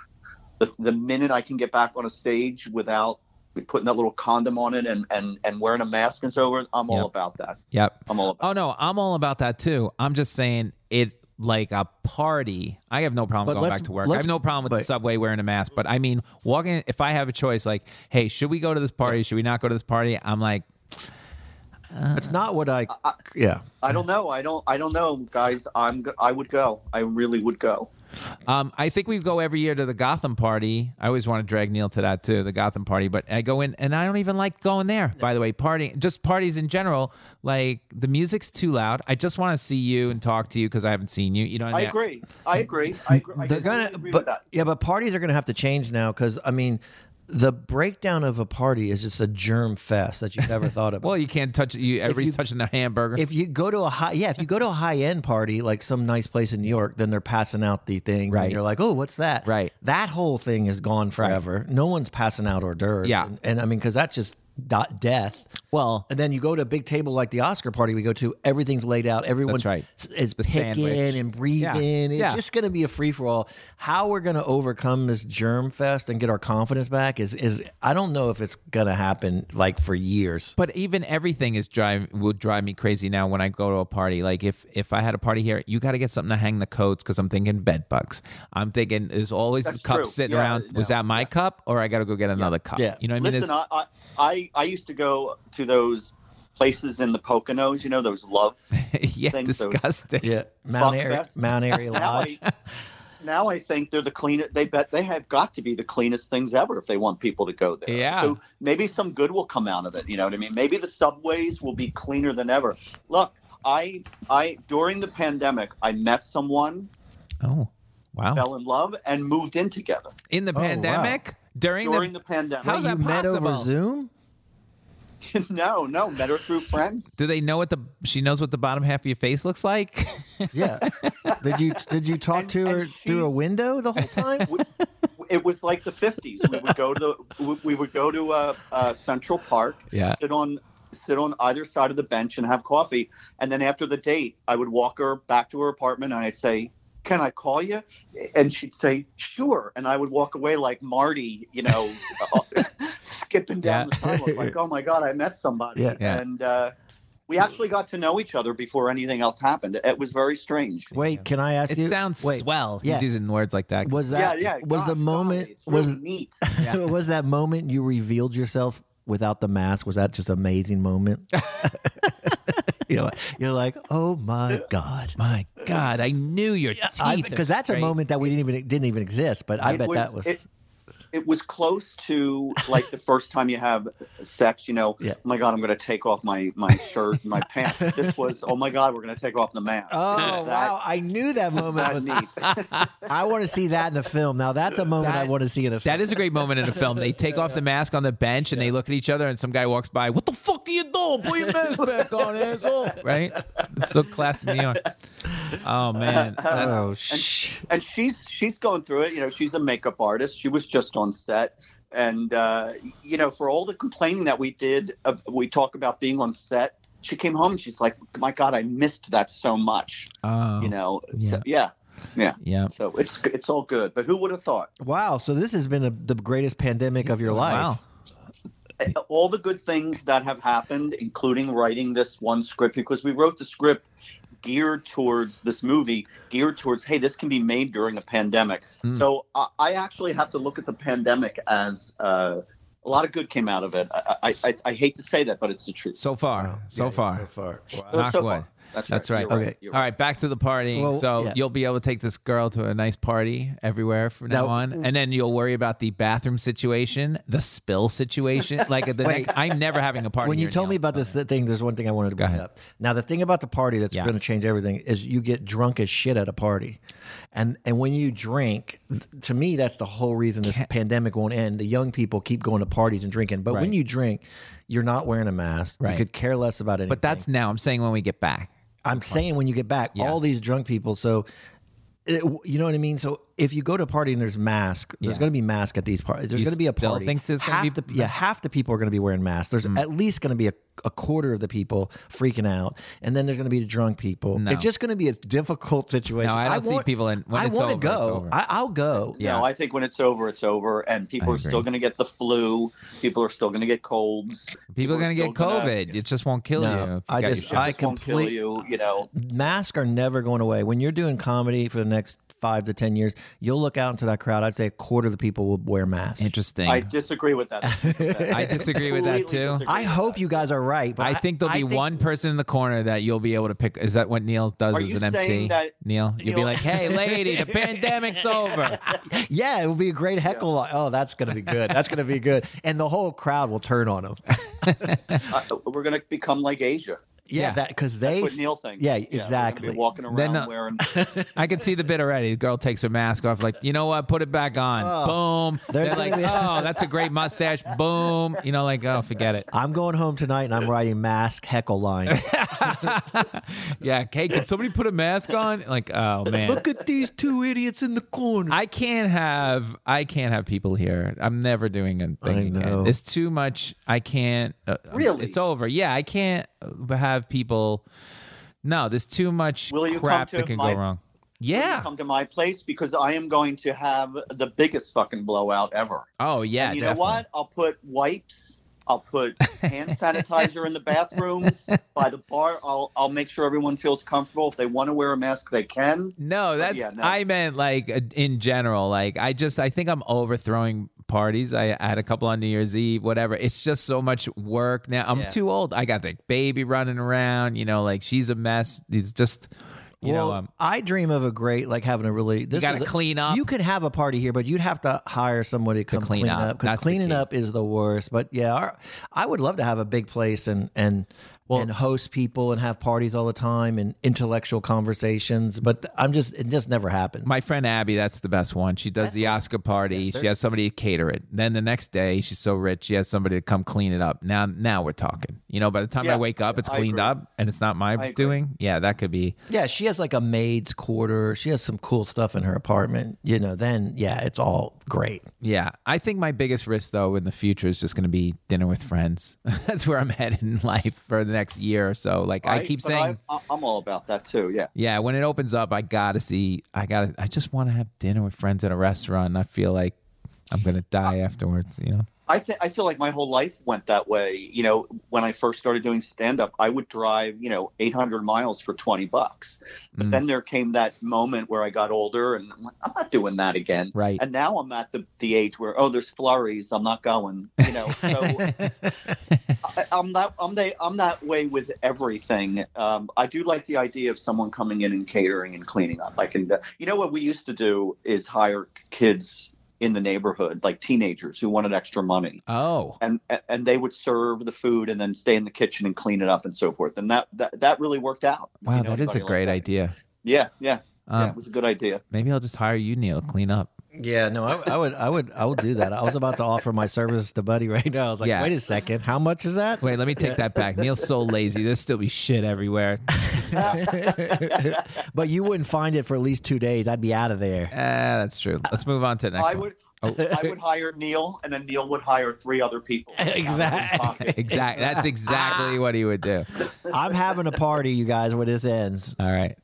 Speaker 10: the, the minute I can get back on a stage without putting that little condom on it and, and, and wearing a mask and so on. I'm
Speaker 8: Yeah.
Speaker 10: all about that.
Speaker 8: Yep.
Speaker 10: I'm all about
Speaker 8: Oh no, I'm all about that too. I'm just saying it like a party. I have no problem
Speaker 9: But
Speaker 8: going
Speaker 9: let's-
Speaker 8: back to work. I
Speaker 9: let's-
Speaker 8: have no problem with the
Speaker 9: but-
Speaker 8: subway wearing a mask. But I mean, walking. If I have a choice, like, hey, should we go to this party? Should we not go to this party? I'm like, Uh,
Speaker 9: That's not what I. yeah,
Speaker 10: I don't know. I don't. I don't know, guys. I'm. go- I would go. I really would go.
Speaker 8: Um, I think we go every year to the Gotham party. I always want to drag Neil to that too, the Gotham party. But I go in, and I don't even like going there. By the way, party, just parties in general. Like the music's too loud. I just want to see you and talk to you because I haven't seen you. You know, what
Speaker 10: I
Speaker 8: mean?
Speaker 10: agree. I agree. I agree. I
Speaker 9: they're
Speaker 10: completely
Speaker 9: gonna.
Speaker 10: agree with
Speaker 9: But
Speaker 10: that.
Speaker 9: yeah, but parties are gonna have to change now because I mean, the breakdown of a party is just a germ fest that you've never thought about.
Speaker 8: Well, you can't touch. You everybody's
Speaker 9: you-
Speaker 8: touching their hamburger.
Speaker 9: if you go to a high yeah if you go to a high end party like some nice place in new york then they're passing out the things
Speaker 8: Right.
Speaker 9: and you're like oh what's that
Speaker 8: Right.
Speaker 9: that whole thing is gone forever no one's passing out hors d'oeuvres
Speaker 8: Yeah.
Speaker 9: and, and i mean because that's just dot death
Speaker 8: well,
Speaker 9: and then you go to a big table like the oscar party we go to everything's laid out everyone's
Speaker 8: right.
Speaker 9: s- is
Speaker 8: The
Speaker 9: picking
Speaker 8: sandwich.
Speaker 9: and breathing
Speaker 8: Yeah.
Speaker 9: it's
Speaker 8: Yeah.
Speaker 9: just going to be a free-for-all how we're going to overcome this germ fest and get our confidence back is is i don't know if it's going to happen like for years
Speaker 8: But even everything is drive will drive me crazy now when I go to a party. Like if if I had a party here, you got to get something to hang the coats because I'm thinking bed bugs. I'm thinking there's always
Speaker 10: That's
Speaker 8: cups
Speaker 10: true.
Speaker 8: sitting
Speaker 10: Yeah,
Speaker 8: around. Was
Speaker 10: no,
Speaker 8: that my cup or I got to go get another cup?
Speaker 9: Yeah.
Speaker 8: You know what I mean?
Speaker 10: Listen,
Speaker 8: It's-
Speaker 10: I, I I I used to go to those places in the Poconos, you know, those love.
Speaker 8: yeah,
Speaker 10: Think those-
Speaker 8: disgusting.
Speaker 9: Yeah, Mount
Speaker 10: Fuck
Speaker 9: Airy,
Speaker 10: fest.
Speaker 9: Mount Airy
Speaker 10: Now
Speaker 9: Lodge.
Speaker 10: I, now I think they're the cleanest. They bet they have got to be the cleanest things ever if they want people to go there.
Speaker 8: Yeah.
Speaker 10: So maybe some good will come out of it. You know what I mean? Maybe the subways will be cleaner than ever. Look, I I during the pandemic I met someone,
Speaker 8: Oh, wow.
Speaker 10: fell in love, and moved in together
Speaker 8: In the
Speaker 9: Oh, wow.
Speaker 8: pandemic? During,
Speaker 10: during
Speaker 8: the,
Speaker 10: the pandemic.
Speaker 8: How's
Speaker 9: you
Speaker 8: that
Speaker 9: met over
Speaker 8: possible?
Speaker 9: Zoom?
Speaker 10: no, no, met her through friends.
Speaker 8: Do they know what the she knows what the bottom half of your face looks like?
Speaker 9: Yeah. did you did you talk
Speaker 10: And-
Speaker 9: to her
Speaker 10: and
Speaker 9: through a
Speaker 10: she's-
Speaker 9: window the whole time?
Speaker 10: We- it was like the 50s. We would go to the, we would go to uh, uh, Central Park,
Speaker 8: Yeah.
Speaker 10: sit on sit on either side of the bench and have coffee. And then after the date, I would walk her back to her apartment and I'd say, "Can I call you?" And she'd say, "Sure." And I would walk away like Marty, you know, uh, skipping down
Speaker 8: Yeah.
Speaker 10: the sidewalk like, "Oh my god, I met somebody."
Speaker 9: Yeah.
Speaker 8: Yeah.
Speaker 10: And uh, we actually got to know each other before anything else happened. It was very strange.
Speaker 9: Wait, can I ask
Speaker 8: it
Speaker 9: you?
Speaker 8: sounds
Speaker 9: Wait,
Speaker 8: swell.
Speaker 9: yeah.
Speaker 8: He's using words like that.
Speaker 9: Was that
Speaker 10: yeah, yeah.
Speaker 9: was
Speaker 10: gosh,
Speaker 9: the
Speaker 10: golly,
Speaker 9: moment
Speaker 10: it's
Speaker 9: was
Speaker 10: really neat?
Speaker 8: Yeah.
Speaker 9: was that moment you revealed yourself without the mask? Was that just an amazing moment? you're, like, you're like, oh my god,
Speaker 8: My God, I knew your teeth.
Speaker 9: because that's a moment that we didn't even didn't even exist. But I
Speaker 10: It
Speaker 9: bet that was
Speaker 10: It, it was close to like the first time you have sex, you know,
Speaker 9: Yeah.
Speaker 10: oh my God, I'm going to take off my, my shirt and my pants. This was, oh my God, we're going to take off the mask.
Speaker 9: Oh
Speaker 10: That-
Speaker 9: wow! I knew that moment
Speaker 10: that
Speaker 9: was.
Speaker 10: neat.
Speaker 9: I want to see that in a film. Now that's a moment I
Speaker 8: That-
Speaker 9: want to see in a film.
Speaker 8: That is a great moment in a film. They take off the mask on the bench and they look at each other, and some guy walks by. What the fuck are you doing? Put your mask back on, asshole! Right? It's so classic New York. Oh man, That's-
Speaker 9: oh shh!
Speaker 10: and she's she's going through it. You know, she's a makeup artist. She was just on set, and uh, you know, for all the complaining that we did, uh, we talk about being on set. She came home. and She's like, my God, I missed that so much.
Speaker 8: oh,
Speaker 10: you know, so, yeah,
Speaker 8: yeah.
Speaker 10: So it's it's all good. But who would have thought?
Speaker 9: Wow! So this has been a, the greatest pandemic of your life.
Speaker 8: Wow.
Speaker 10: all the good things that have happened, including writing this one script, because we wrote the script geared towards this movie, geared towards, hey, this can be made during a pandemic.
Speaker 8: Hmm.
Speaker 10: So I, I actually have to look at the pandemic as uh, a lot of good came out of it. I, I, I, I hate to say that, but it's the truth.
Speaker 8: So far,
Speaker 9: Wow.
Speaker 8: so
Speaker 9: Yeah,
Speaker 8: far.
Speaker 9: so far. Wow.
Speaker 10: So
Speaker 8: Knock
Speaker 10: far.
Speaker 8: wood. That's right.
Speaker 10: You're
Speaker 9: Okay.
Speaker 10: You're
Speaker 8: All right, back to the party.
Speaker 9: Well,
Speaker 8: so
Speaker 9: yeah.
Speaker 8: you'll be able to take this girl to a nice party everywhere from now
Speaker 9: Now-
Speaker 8: on, and then you'll worry about the bathroom situation, the spill situation. like at the
Speaker 9: Wait.
Speaker 8: next, I'm never having a party.
Speaker 9: When you
Speaker 8: here
Speaker 9: told
Speaker 8: now.
Speaker 9: me about this thing, there's one thing I wanted to
Speaker 8: Go
Speaker 9: bring
Speaker 8: ahead.
Speaker 9: up. Now, the thing about the party that's
Speaker 8: Yeah.
Speaker 9: going to change everything is you get drunk as shit at a party, and and when you drink, th- to me, that's the whole reason this pandemic won't end. The young people keep going to parties and drinking, but when
Speaker 8: Right.
Speaker 9: you drink, you're not wearing a mask.
Speaker 8: Right.
Speaker 9: You could care less about anything.
Speaker 8: but that's now. I'm saying when we get back.
Speaker 9: I'm saying when you get back,
Speaker 8: Yeah.
Speaker 9: all these drunk people. So, it, you know what I mean. So if you go to a party and there's mask, there's
Speaker 8: Yeah.
Speaker 9: going to be mask at these parties. There's
Speaker 8: You
Speaker 9: going to be a
Speaker 8: still
Speaker 9: party.
Speaker 8: think there's gonna
Speaker 9: half
Speaker 8: be- Mm.
Speaker 9: the, yeah, half the people are going to be wearing masks. There's at least going to be a, a quarter of the people freaking out, and then there's going to be the drunk people.
Speaker 8: No.
Speaker 9: It's just going to be a difficult situation.
Speaker 8: No, I don't see people in- when
Speaker 9: I
Speaker 8: it's
Speaker 9: want to
Speaker 8: over, it's
Speaker 9: go.
Speaker 8: over.
Speaker 9: I, I'll go.
Speaker 8: Yeah.
Speaker 10: No, I think when it's over, it's over, and people
Speaker 8: I
Speaker 10: are still
Speaker 8: agree.
Speaker 10: going to get the flu. People are still going to get colds.
Speaker 8: People are gonna
Speaker 10: still
Speaker 8: get COVID. it just won't kill
Speaker 9: No,
Speaker 8: you. if you
Speaker 9: I
Speaker 8: got your
Speaker 9: just-
Speaker 8: shot.
Speaker 9: I
Speaker 10: This won't kill
Speaker 9: complete-
Speaker 10: you. You know,
Speaker 9: masks are never going away. When you're doing comedy for the next five to ten years, you'll look out into that crowd. I'd say a quarter of the people will wear masks.
Speaker 8: interesting.
Speaker 10: I
Speaker 8: I,
Speaker 10: disagree with that.
Speaker 8: disagree with that
Speaker 10: Completely
Speaker 8: too.
Speaker 10: disagree.
Speaker 9: I hope you guys are right. But
Speaker 8: I think there'll
Speaker 9: I
Speaker 8: be
Speaker 9: think-
Speaker 8: one person in the corner that you'll be able to pick. Is that what Neil does
Speaker 10: Are
Speaker 8: as
Speaker 10: you
Speaker 8: an MC?
Speaker 10: saying that-
Speaker 8: Neil, you'll be
Speaker 10: Neil-
Speaker 8: like, "Hey, lady, the pandemic's over."
Speaker 9: Yeah, it will be a great heckle. Oh, that's going to be good. That's going to be good. And the whole crowd will turn on him. Yeah,
Speaker 10: Uh, we're going to become like Asia.
Speaker 8: Yeah.
Speaker 9: that because
Speaker 10: That's
Speaker 9: they.
Speaker 10: what Neil thinks.
Speaker 9: Yeah,
Speaker 10: we're gonna
Speaker 9: exactly.
Speaker 10: be walking around
Speaker 8: Then, uh,
Speaker 10: wearing.
Speaker 8: I could see the bit already. The girl takes her mask off, like, you know what? Put it back on. Boom.
Speaker 9: Oh. They're
Speaker 8: They're, like,
Speaker 9: gonna be-
Speaker 8: oh, that's a great mustache. Boom. You know, like, oh, forget it.
Speaker 9: I'm going home tonight and I'm writing mask heckle line.
Speaker 8: Yeah. Hey, can somebody put a mask on? Like, oh man.
Speaker 9: Look at these two idiots in the corner.
Speaker 8: I can't have I can't have people here. I'm never doing a thing
Speaker 9: I know.
Speaker 8: again. It's too much. I can't. Uh,
Speaker 10: Really?
Speaker 8: It's over. Yeah, I can't uh, have people. No, there's too much
Speaker 10: Will you come
Speaker 8: crap
Speaker 10: to
Speaker 8: that can
Speaker 10: my-
Speaker 8: go wrong.
Speaker 10: "Will you
Speaker 8: Yeah.
Speaker 10: come to my place because I am going to have the biggest fucking blowout ever.
Speaker 8: Oh yeah.
Speaker 10: and you
Speaker 8: definitely.
Speaker 10: know what? I'll put wipes. I'll put hand sanitizer in the bathrooms by the bar. I'll I'll make sure everyone feels comfortable. If they want to wear a mask, they can.
Speaker 8: No, that's
Speaker 10: Oh, yeah, no.
Speaker 8: I meant like uh, in general. Like I just I think I'm overthrowing parties. I had a couple on New Year's Eve, whatever. It's just so much work now. I'm
Speaker 9: Yeah.
Speaker 8: too old. I got the baby running around. You know, like she's a mess. It's just, you
Speaker 9: well,
Speaker 8: know, um,
Speaker 9: I dream of a great like having a really. This
Speaker 8: gotta
Speaker 9: is a-
Speaker 8: clean up.
Speaker 9: You could have a party here, but you'd have to hire somebody to come
Speaker 8: clean
Speaker 9: clean,
Speaker 8: up.
Speaker 9: up because
Speaker 8: That's the key.
Speaker 9: cleaning up is the worst. But yeah, our, I would love to have a big place and and and host people and have parties all the time and intellectual conversations. But I'm just it just never happens.
Speaker 8: my friend Abby, that's the best one. She does the Oscar party. she has somebody to cater it. Then the next day, she's so rich, she has somebody to come clean it up. Now, now we're talking. You know, by the time I
Speaker 10: Yeah,
Speaker 8: wake up, it's
Speaker 10: I
Speaker 8: cleaned
Speaker 10: agree.
Speaker 8: up and it's not
Speaker 10: I
Speaker 8: my
Speaker 10: agree.
Speaker 8: doing. Yeah, that could be.
Speaker 9: yeah, she has like a maid's quarter. She has some cool stuff in her apartment. You know, then yeah, it's all great.
Speaker 8: Yeah, I think my biggest risk though in the future is just going to be dinner with friends. That's where I'm headed in life for the next year or so. Like I
Speaker 10: Right?
Speaker 8: keep
Speaker 10: But
Speaker 8: saying,
Speaker 10: I, I- I'm all about that too. Yeah.
Speaker 8: yeah, when it opens up, I gotta see. I gotta. I just want to have dinner with friends at a restaurant. And I feel like I'm gonna die
Speaker 10: Uh,
Speaker 8: afterwards. You know.
Speaker 10: I think I feel like my whole life went that way. You know, when I first started doing stand up, I would drive, you know, 800 miles for 20 bucks. But
Speaker 8: Mm.
Speaker 10: then there came that moment where I got older and I'm like, I'm not doing that again.
Speaker 8: Right.
Speaker 10: And now I'm at the, the age where, oh, there's flurries. I'm not going, you know, so I, I'm that I'm that I'm that way with everything. Um, I do like the idea of someone coming in and catering and cleaning up. I can, you know, what we used to do is hire kids in the neighborhood, like teenagers who wanted extra money,
Speaker 8: oh.
Speaker 10: and and they would serve the food and then stay in the kitchen and clean it up and so forth. And that that, that really worked out. if
Speaker 8: Wow,
Speaker 10: you know
Speaker 8: that is a
Speaker 10: anybody like
Speaker 8: great
Speaker 10: that.
Speaker 8: idea.
Speaker 10: Yeah, yeah, yeah.
Speaker 8: Um,
Speaker 10: It was a good idea.
Speaker 8: maybe I'll just hire you, Neil, to clean up.
Speaker 9: Yeah, no, I, I would, I would, I would do that. I was about to offer my services to Buddy right now. I was like,
Speaker 8: Yeah.
Speaker 9: wait a second, how much is that?
Speaker 8: Wait, let me take that back. Neil's so lazy. There's still be shit everywhere.
Speaker 9: but you wouldn't find it for at least two days. I'd be out of there.
Speaker 8: Ah, that's true. Let's move on to the next
Speaker 10: I
Speaker 8: one.
Speaker 10: would. I would hire Neil, and then Neil would hire three other people.
Speaker 9: Exactly.
Speaker 8: Exactly.
Speaker 10: Ah.
Speaker 8: That's exactly what he would do.
Speaker 9: I'm having a party, you guys, when this ends.
Speaker 8: All right.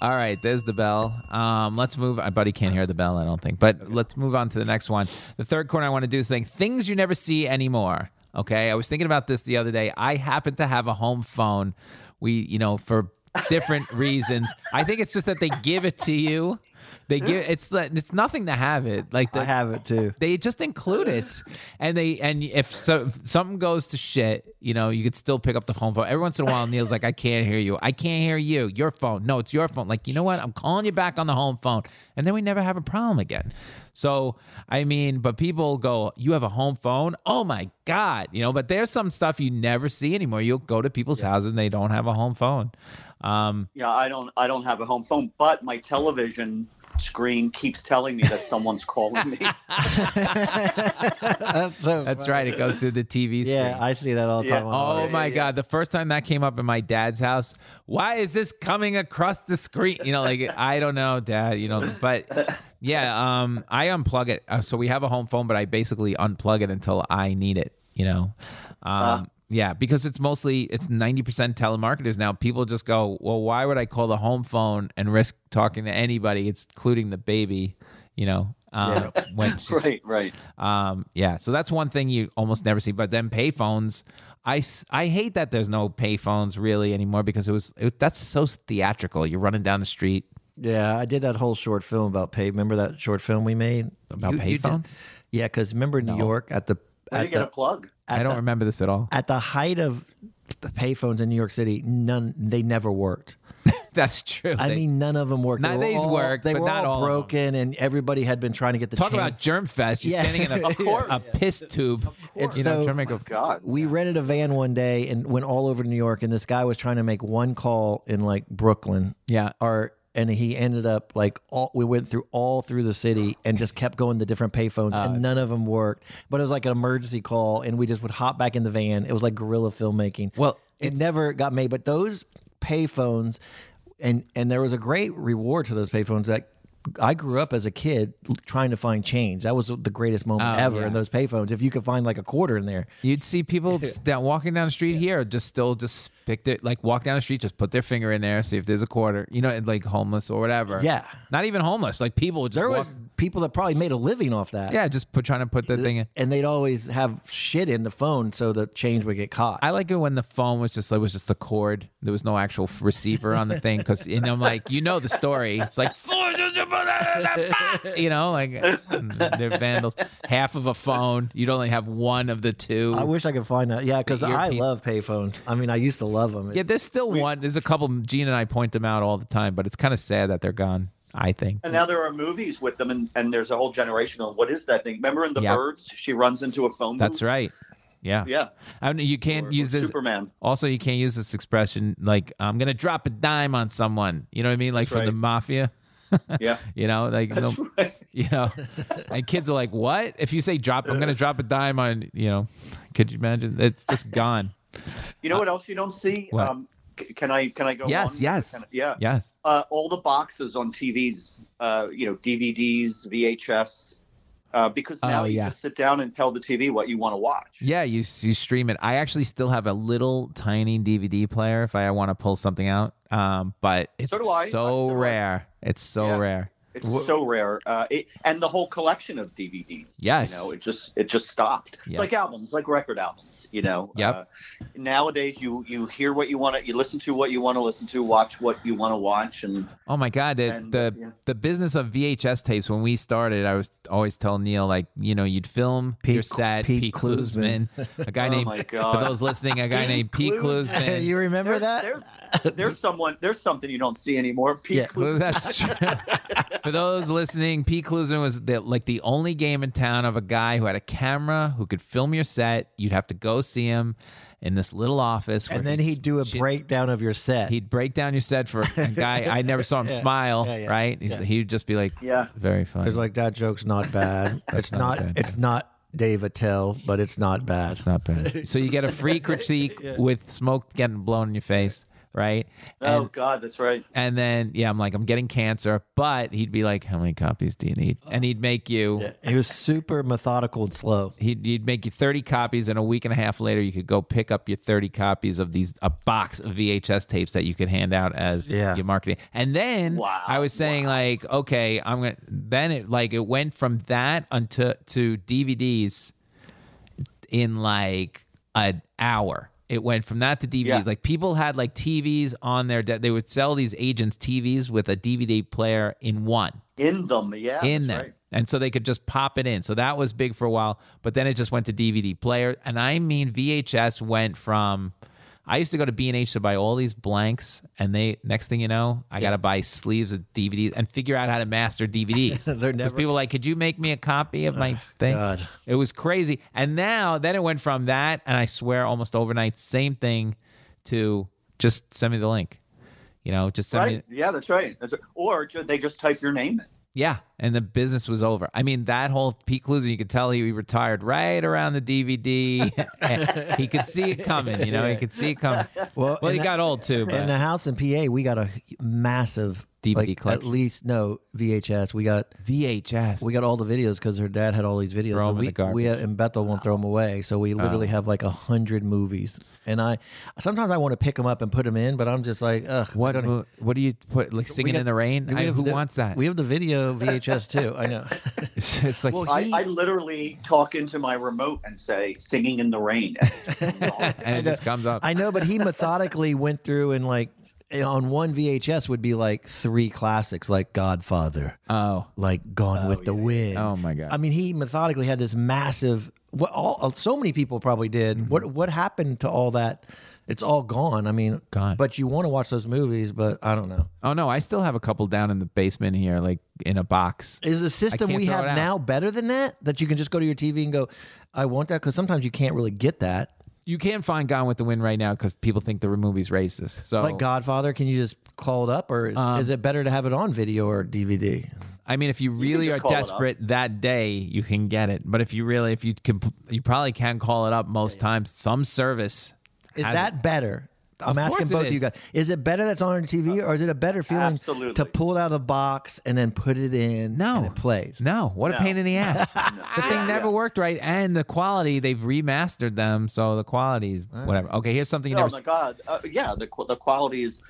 Speaker 8: All right, there's the bell. Um, let's move. My buddy can't hear the bell, I don't think. But let's move on to the next one. The third corner I want to do is think things you never see anymore. Okay, I was thinking about this the other day. I happen to have a home phone. We, you know, for different reasons. I think it's just that they give it to you. They give it's it's nothing to have it. Like the,
Speaker 9: I have it too.
Speaker 8: they just include it and they and if so if something goes to shit you know you could still pick up the home phone every once in a while neil's like i can't hear you i can't hear you your phone no it's your phone like you know what i'm calling you back on the home phone and then we never have a problem again so i mean but people go you have a home phone oh my god you know but there's some stuff you never see anymore you'll go to people's houses and they don't have a home phone um
Speaker 10: Yeah, I don't I don't have a home phone, but my television screen keeps telling me that someone's calling me.
Speaker 9: That's so.
Speaker 8: that's
Speaker 9: funny.
Speaker 8: right it goes through the tv screen
Speaker 9: Yeah, I see that all the
Speaker 10: Yeah.
Speaker 9: time. on
Speaker 8: Oh
Speaker 9: Twitter.
Speaker 8: my god! The first time that came up in my dad's house, why is this coming across the screen? You know, like I don't know, Dad. You know, but yeah, um, I unplug it. Uh, So we have a home phone, but I basically unplug it until I need it. You know, um,
Speaker 10: Uh.
Speaker 8: yeah, because it's mostly it's ninety percent telemarketers now. People just go, well, why would I call the home phone and risk talking to anybody, It's including the baby? You know, um, when she's
Speaker 10: right, right.
Speaker 8: um, yeah, so that's one thing you almost never see. But then payphones, I, s- I hate that there's no payphones really anymore because it was it, that's so theatrical. You're running down the street
Speaker 9: Yeah, I did that whole short film about pay. Remember that short film we made
Speaker 8: about
Speaker 9: You- you did-
Speaker 8: payphones.
Speaker 9: yeah, because remember New York at the
Speaker 10: Where
Speaker 9: at
Speaker 10: do you get a
Speaker 9: the,
Speaker 10: plug?
Speaker 8: I don't remember this at all.
Speaker 9: at the height of payphones in New York City, none they never worked.
Speaker 8: That's true.
Speaker 9: I
Speaker 8: They-
Speaker 9: mean, none of them worked.
Speaker 8: None of
Speaker 9: were
Speaker 8: these
Speaker 9: all-
Speaker 8: worked,
Speaker 9: They
Speaker 8: but
Speaker 9: were
Speaker 8: not all of
Speaker 9: all
Speaker 8: 'em.
Speaker 9: broken, and everybody had been trying to get the
Speaker 8: talk
Speaker 9: chain-
Speaker 8: about germ fest. You're
Speaker 9: Yeah.
Speaker 8: standing in a,
Speaker 9: Of
Speaker 10: course.
Speaker 8: a piss tube.
Speaker 9: course.
Speaker 8: You know,
Speaker 9: So-
Speaker 8: trying to make a,
Speaker 10: God.
Speaker 9: We rented a van one day and went all over New York, and this guy was trying to make one call in like Brooklyn,
Speaker 8: yeah.
Speaker 9: or and he ended up like all we went through all through the city and just kept going to different payphones,
Speaker 8: Ah,
Speaker 9: and none of them worked. But it was like an emergency call, and we just would hop back in the van. It was like guerrilla filmmaking.
Speaker 8: Well,
Speaker 9: it never got made, but those payphones, and and there was a great reward to those payphones that. I grew up as a kid trying to find change. That was the greatest moment
Speaker 8: Oh,
Speaker 9: ever
Speaker 8: yeah.
Speaker 9: in those payphones. If you could find like a quarter in there,
Speaker 8: You'd see people down, walking down the street here, just still just pick their like walk down the street, just put their finger in there, see if there's a quarter. You know, and like homeless or whatever.
Speaker 9: Yeah.
Speaker 8: not even homeless. Like people just
Speaker 9: there
Speaker 8: walk,
Speaker 9: was people that probably made a living off that.
Speaker 8: yeah, just put, trying to put the thing in.
Speaker 9: and they'd always have shit in the phone so the change would get caught.
Speaker 8: I like it when the phone was just it was just the cord. There was no actual f- receiver on the thing because and I'm like, you know the story. It's like four just put that in the pot!" you know, like they're vandals. Half of a phone. You'd only have one of the two.
Speaker 9: I wish I could find that. Yeah, because
Speaker 8: The
Speaker 9: I
Speaker 8: earpiece.
Speaker 9: love payphones. I mean, I used to love them.
Speaker 8: yeah, there's still one. There's a couple. Gene and I point them out all the time, but it's kind of sad that they're gone. I think.
Speaker 10: And now there are movies with them, and, and there's a whole generation of what is that thing? Remember in The
Speaker 8: Yeah.
Speaker 10: Birds, she runs into a phone
Speaker 8: That's right. Yeah.
Speaker 10: Yeah.
Speaker 8: I mean, you can't
Speaker 10: Or- or
Speaker 8: use this.
Speaker 10: Superman.
Speaker 8: Also, you can't use this expression like "I'm gonna drop a dime on someone." You know what I mean? Like
Speaker 10: That's
Speaker 8: from the
Speaker 10: right.
Speaker 8: mafia.
Speaker 10: Yeah.
Speaker 8: You know, like
Speaker 10: That's
Speaker 8: no-
Speaker 10: right.
Speaker 8: you know, and kids are like, "What?" If you say "drop," I'm gonna drop a dime on you know. Could you imagine? It's just gone.
Speaker 10: You know what else you don't see?
Speaker 8: Uh, What?
Speaker 10: Um, c- can I can I go?
Speaker 8: Yes,
Speaker 10: on?
Speaker 8: yes.
Speaker 10: Can I- yeah.
Speaker 8: yes.
Speaker 10: Uh, all the boxes on TVs, uh, you know, DVDs, VHS, uh, because now
Speaker 8: Oh,
Speaker 10: you
Speaker 8: yeah.
Speaker 10: just sit down and tell the TV what you want to watch.
Speaker 8: Yeah, you you stream it. I actually still have a little tiny DVD player if I want to pull something out. Um, but it's
Speaker 10: do I. I
Speaker 8: so
Speaker 10: still have-
Speaker 8: rare. It's so
Speaker 10: Yeah.
Speaker 8: rare.
Speaker 10: It's so rare. Uh, it, and the whole collection of DVDs.
Speaker 8: Yes.
Speaker 10: You know, it just it just stopped.
Speaker 8: Yeah.
Speaker 10: It's like albums, like record albums, you know.
Speaker 8: Yep.
Speaker 10: Uh, nowadays you you hear what you want to you listen to what you want to listen to, watch what you want to watch and
Speaker 8: Oh my god, the
Speaker 10: And,
Speaker 8: the,
Speaker 10: yeah.
Speaker 8: the business of VHS tapes when we started, I was always telling Neil like, you know, you'd film
Speaker 9: Pete-
Speaker 8: your set,
Speaker 9: Pete
Speaker 8: Pete, Klusman, a guy
Speaker 10: Oh
Speaker 8: named
Speaker 10: my
Speaker 8: for
Speaker 10: God.
Speaker 8: those listening, a guy named Pete Klusman.
Speaker 9: you remember
Speaker 10: There-
Speaker 9: that?
Speaker 10: There's, there's someone. There's something you don't see anymore. Pete
Speaker 9: Yeah.
Speaker 8: Well,
Speaker 10: Klusman.
Speaker 8: That's for those listening. Pete Klusman was the, like the only game in town of a guy who had a camera who could film your set. You'd have to go see him in this little office, where
Speaker 9: and then he'd do a
Speaker 8: shit-
Speaker 9: breakdown of your set.
Speaker 8: He'd break down your set for a guy I never saw him smile.
Speaker 9: Yeah, yeah,
Speaker 8: right? He's,
Speaker 9: yeah.
Speaker 8: He'd just be like,
Speaker 10: Yeah.
Speaker 8: very funny."
Speaker 9: It's like that joke's not bad. it's
Speaker 8: not
Speaker 9: not.
Speaker 8: bad.
Speaker 9: It's not Dave Attell, but it's not bad.
Speaker 8: It's not bad. so you get a free critique with smoke getting blown in your face, right?
Speaker 10: Oh
Speaker 8: And,
Speaker 10: God, that's right.
Speaker 8: and then yeah, I'm like, I'm getting cancer, but he'd be like, How many copies do you need? And he'd make you
Speaker 9: He was super methodical and slow.
Speaker 8: he'd, he'd make you 30 copies and a week and a half later you could go pick up your 30 copies of these a box of vhs tapes that you could hand out as
Speaker 9: Yeah.
Speaker 8: your marketing and then
Speaker 10: Wow,
Speaker 8: i was saying like okay i'm gonna then it like it went from that unto to dvds in like an hour it went from that to DVDs.
Speaker 10: Yeah.
Speaker 8: Like people had like TVs on their, de- they would sell these agents TVs with a DVD player in one
Speaker 10: In them. Yeah.
Speaker 8: in
Speaker 10: that's
Speaker 8: them.
Speaker 10: right.
Speaker 8: And so they could just pop it in. So that was big for a while, but then it just went to DVD player. And I mean VHS went from I used to go to B&H to buy all these blanks and they next thing you know, I got to buy sleeves of DVDs and figure out how to master DVDs.
Speaker 9: They're
Speaker 8: Because
Speaker 9: never-
Speaker 8: people were like, "Could you make me a copy of my thing?"
Speaker 9: God.
Speaker 8: It was crazy. And now then it went from that and I swear almost overnight same thing to just send me the link. You know, just send me
Speaker 10: Right. Yeah, that's right. That's right. Or ju- they just type your name in.
Speaker 8: yeah, and the business was over. I mean, that whole Pete Kluser, you could tell he retired right around the DVD. he could see it coming, you know. He could see it coming.
Speaker 9: Well,
Speaker 8: Well,
Speaker 9: in
Speaker 8: he
Speaker 9: the-
Speaker 8: got old too,
Speaker 9: in the
Speaker 8: but
Speaker 9: house in PA, we got a massive
Speaker 8: DVD
Speaker 9: like,
Speaker 8: collection.
Speaker 9: At least no VHS. We got
Speaker 8: VHS.
Speaker 9: we got all the videos because her dad had all these videos.
Speaker 8: Throw 'em in
Speaker 9: so we
Speaker 8: the garbage.
Speaker 9: we uh, and Bethel won't throw them away. So we literally have like a hundred movies. And I sometimes I want to pick them up and put them in, but I'm just like, ugh. I
Speaker 8: what?
Speaker 9: don't- e-,
Speaker 8: mo- What do you put? Like
Speaker 9: we
Speaker 8: singing
Speaker 9: got-
Speaker 8: in the rain?
Speaker 9: we
Speaker 8: I,
Speaker 9: have
Speaker 8: who
Speaker 9: the-
Speaker 8: wants that?
Speaker 9: We have the video VHS too. I know.
Speaker 8: it's like
Speaker 9: Well,
Speaker 10: I,
Speaker 9: he-
Speaker 10: I literally talk into my remote and say "Singing in the Rain."
Speaker 8: and it just comes up.
Speaker 9: I know, but he methodically went through and like on one VHS would be like three classics, like Godfather,
Speaker 8: oh,
Speaker 9: like Gone with the Wind.
Speaker 8: oh my god.
Speaker 9: I mean, he methodically had this massive. What all uh, so many people probably did.
Speaker 8: Mm-hmm.
Speaker 9: What what happened to all that? It's all gone. I mean,
Speaker 8: Gone.
Speaker 9: But you want to watch those movies, but I don't know.
Speaker 8: oh no, I still have a couple down in the basement here, like in a box.
Speaker 9: Is the system
Speaker 8: can't
Speaker 9: we
Speaker 8: throw
Speaker 9: have
Speaker 8: it out.
Speaker 9: now better than that? That you can just go to your TV and go, I want that because sometimes you can't really get that.
Speaker 8: You can't find Gone with the Wind right now because people think the movie's racist. So
Speaker 9: Like Godfather, can you just call it up, or is,
Speaker 8: Um,
Speaker 9: is it better to have it on video or DVD?
Speaker 8: I mean, if you really
Speaker 10: just
Speaker 8: are
Speaker 10: call it up.
Speaker 8: desperate that day, you can get it. But if you really, if you can, you probably can call it up most times. Some service
Speaker 9: Is
Speaker 8: has
Speaker 9: that
Speaker 8: it.
Speaker 9: better? I'm
Speaker 8: Of
Speaker 9: asking
Speaker 8: course it
Speaker 9: both of you
Speaker 8: is.
Speaker 9: guys. Is it better that's on your TV, or is it a better feeling
Speaker 10: Absolutely.
Speaker 9: to pull it out of the box and then put it in?
Speaker 8: No.
Speaker 9: and it plays.
Speaker 8: No, what a
Speaker 10: No.
Speaker 8: pain in the ass. The
Speaker 10: Yeah,
Speaker 8: thing never
Speaker 10: yeah.
Speaker 8: worked right, and the quality they've remastered them, so the quality's whatever. Okay, here's something you
Speaker 10: Oh
Speaker 8: never.
Speaker 10: my
Speaker 8: s-
Speaker 10: God! Uh, yeah, the qu- the quality is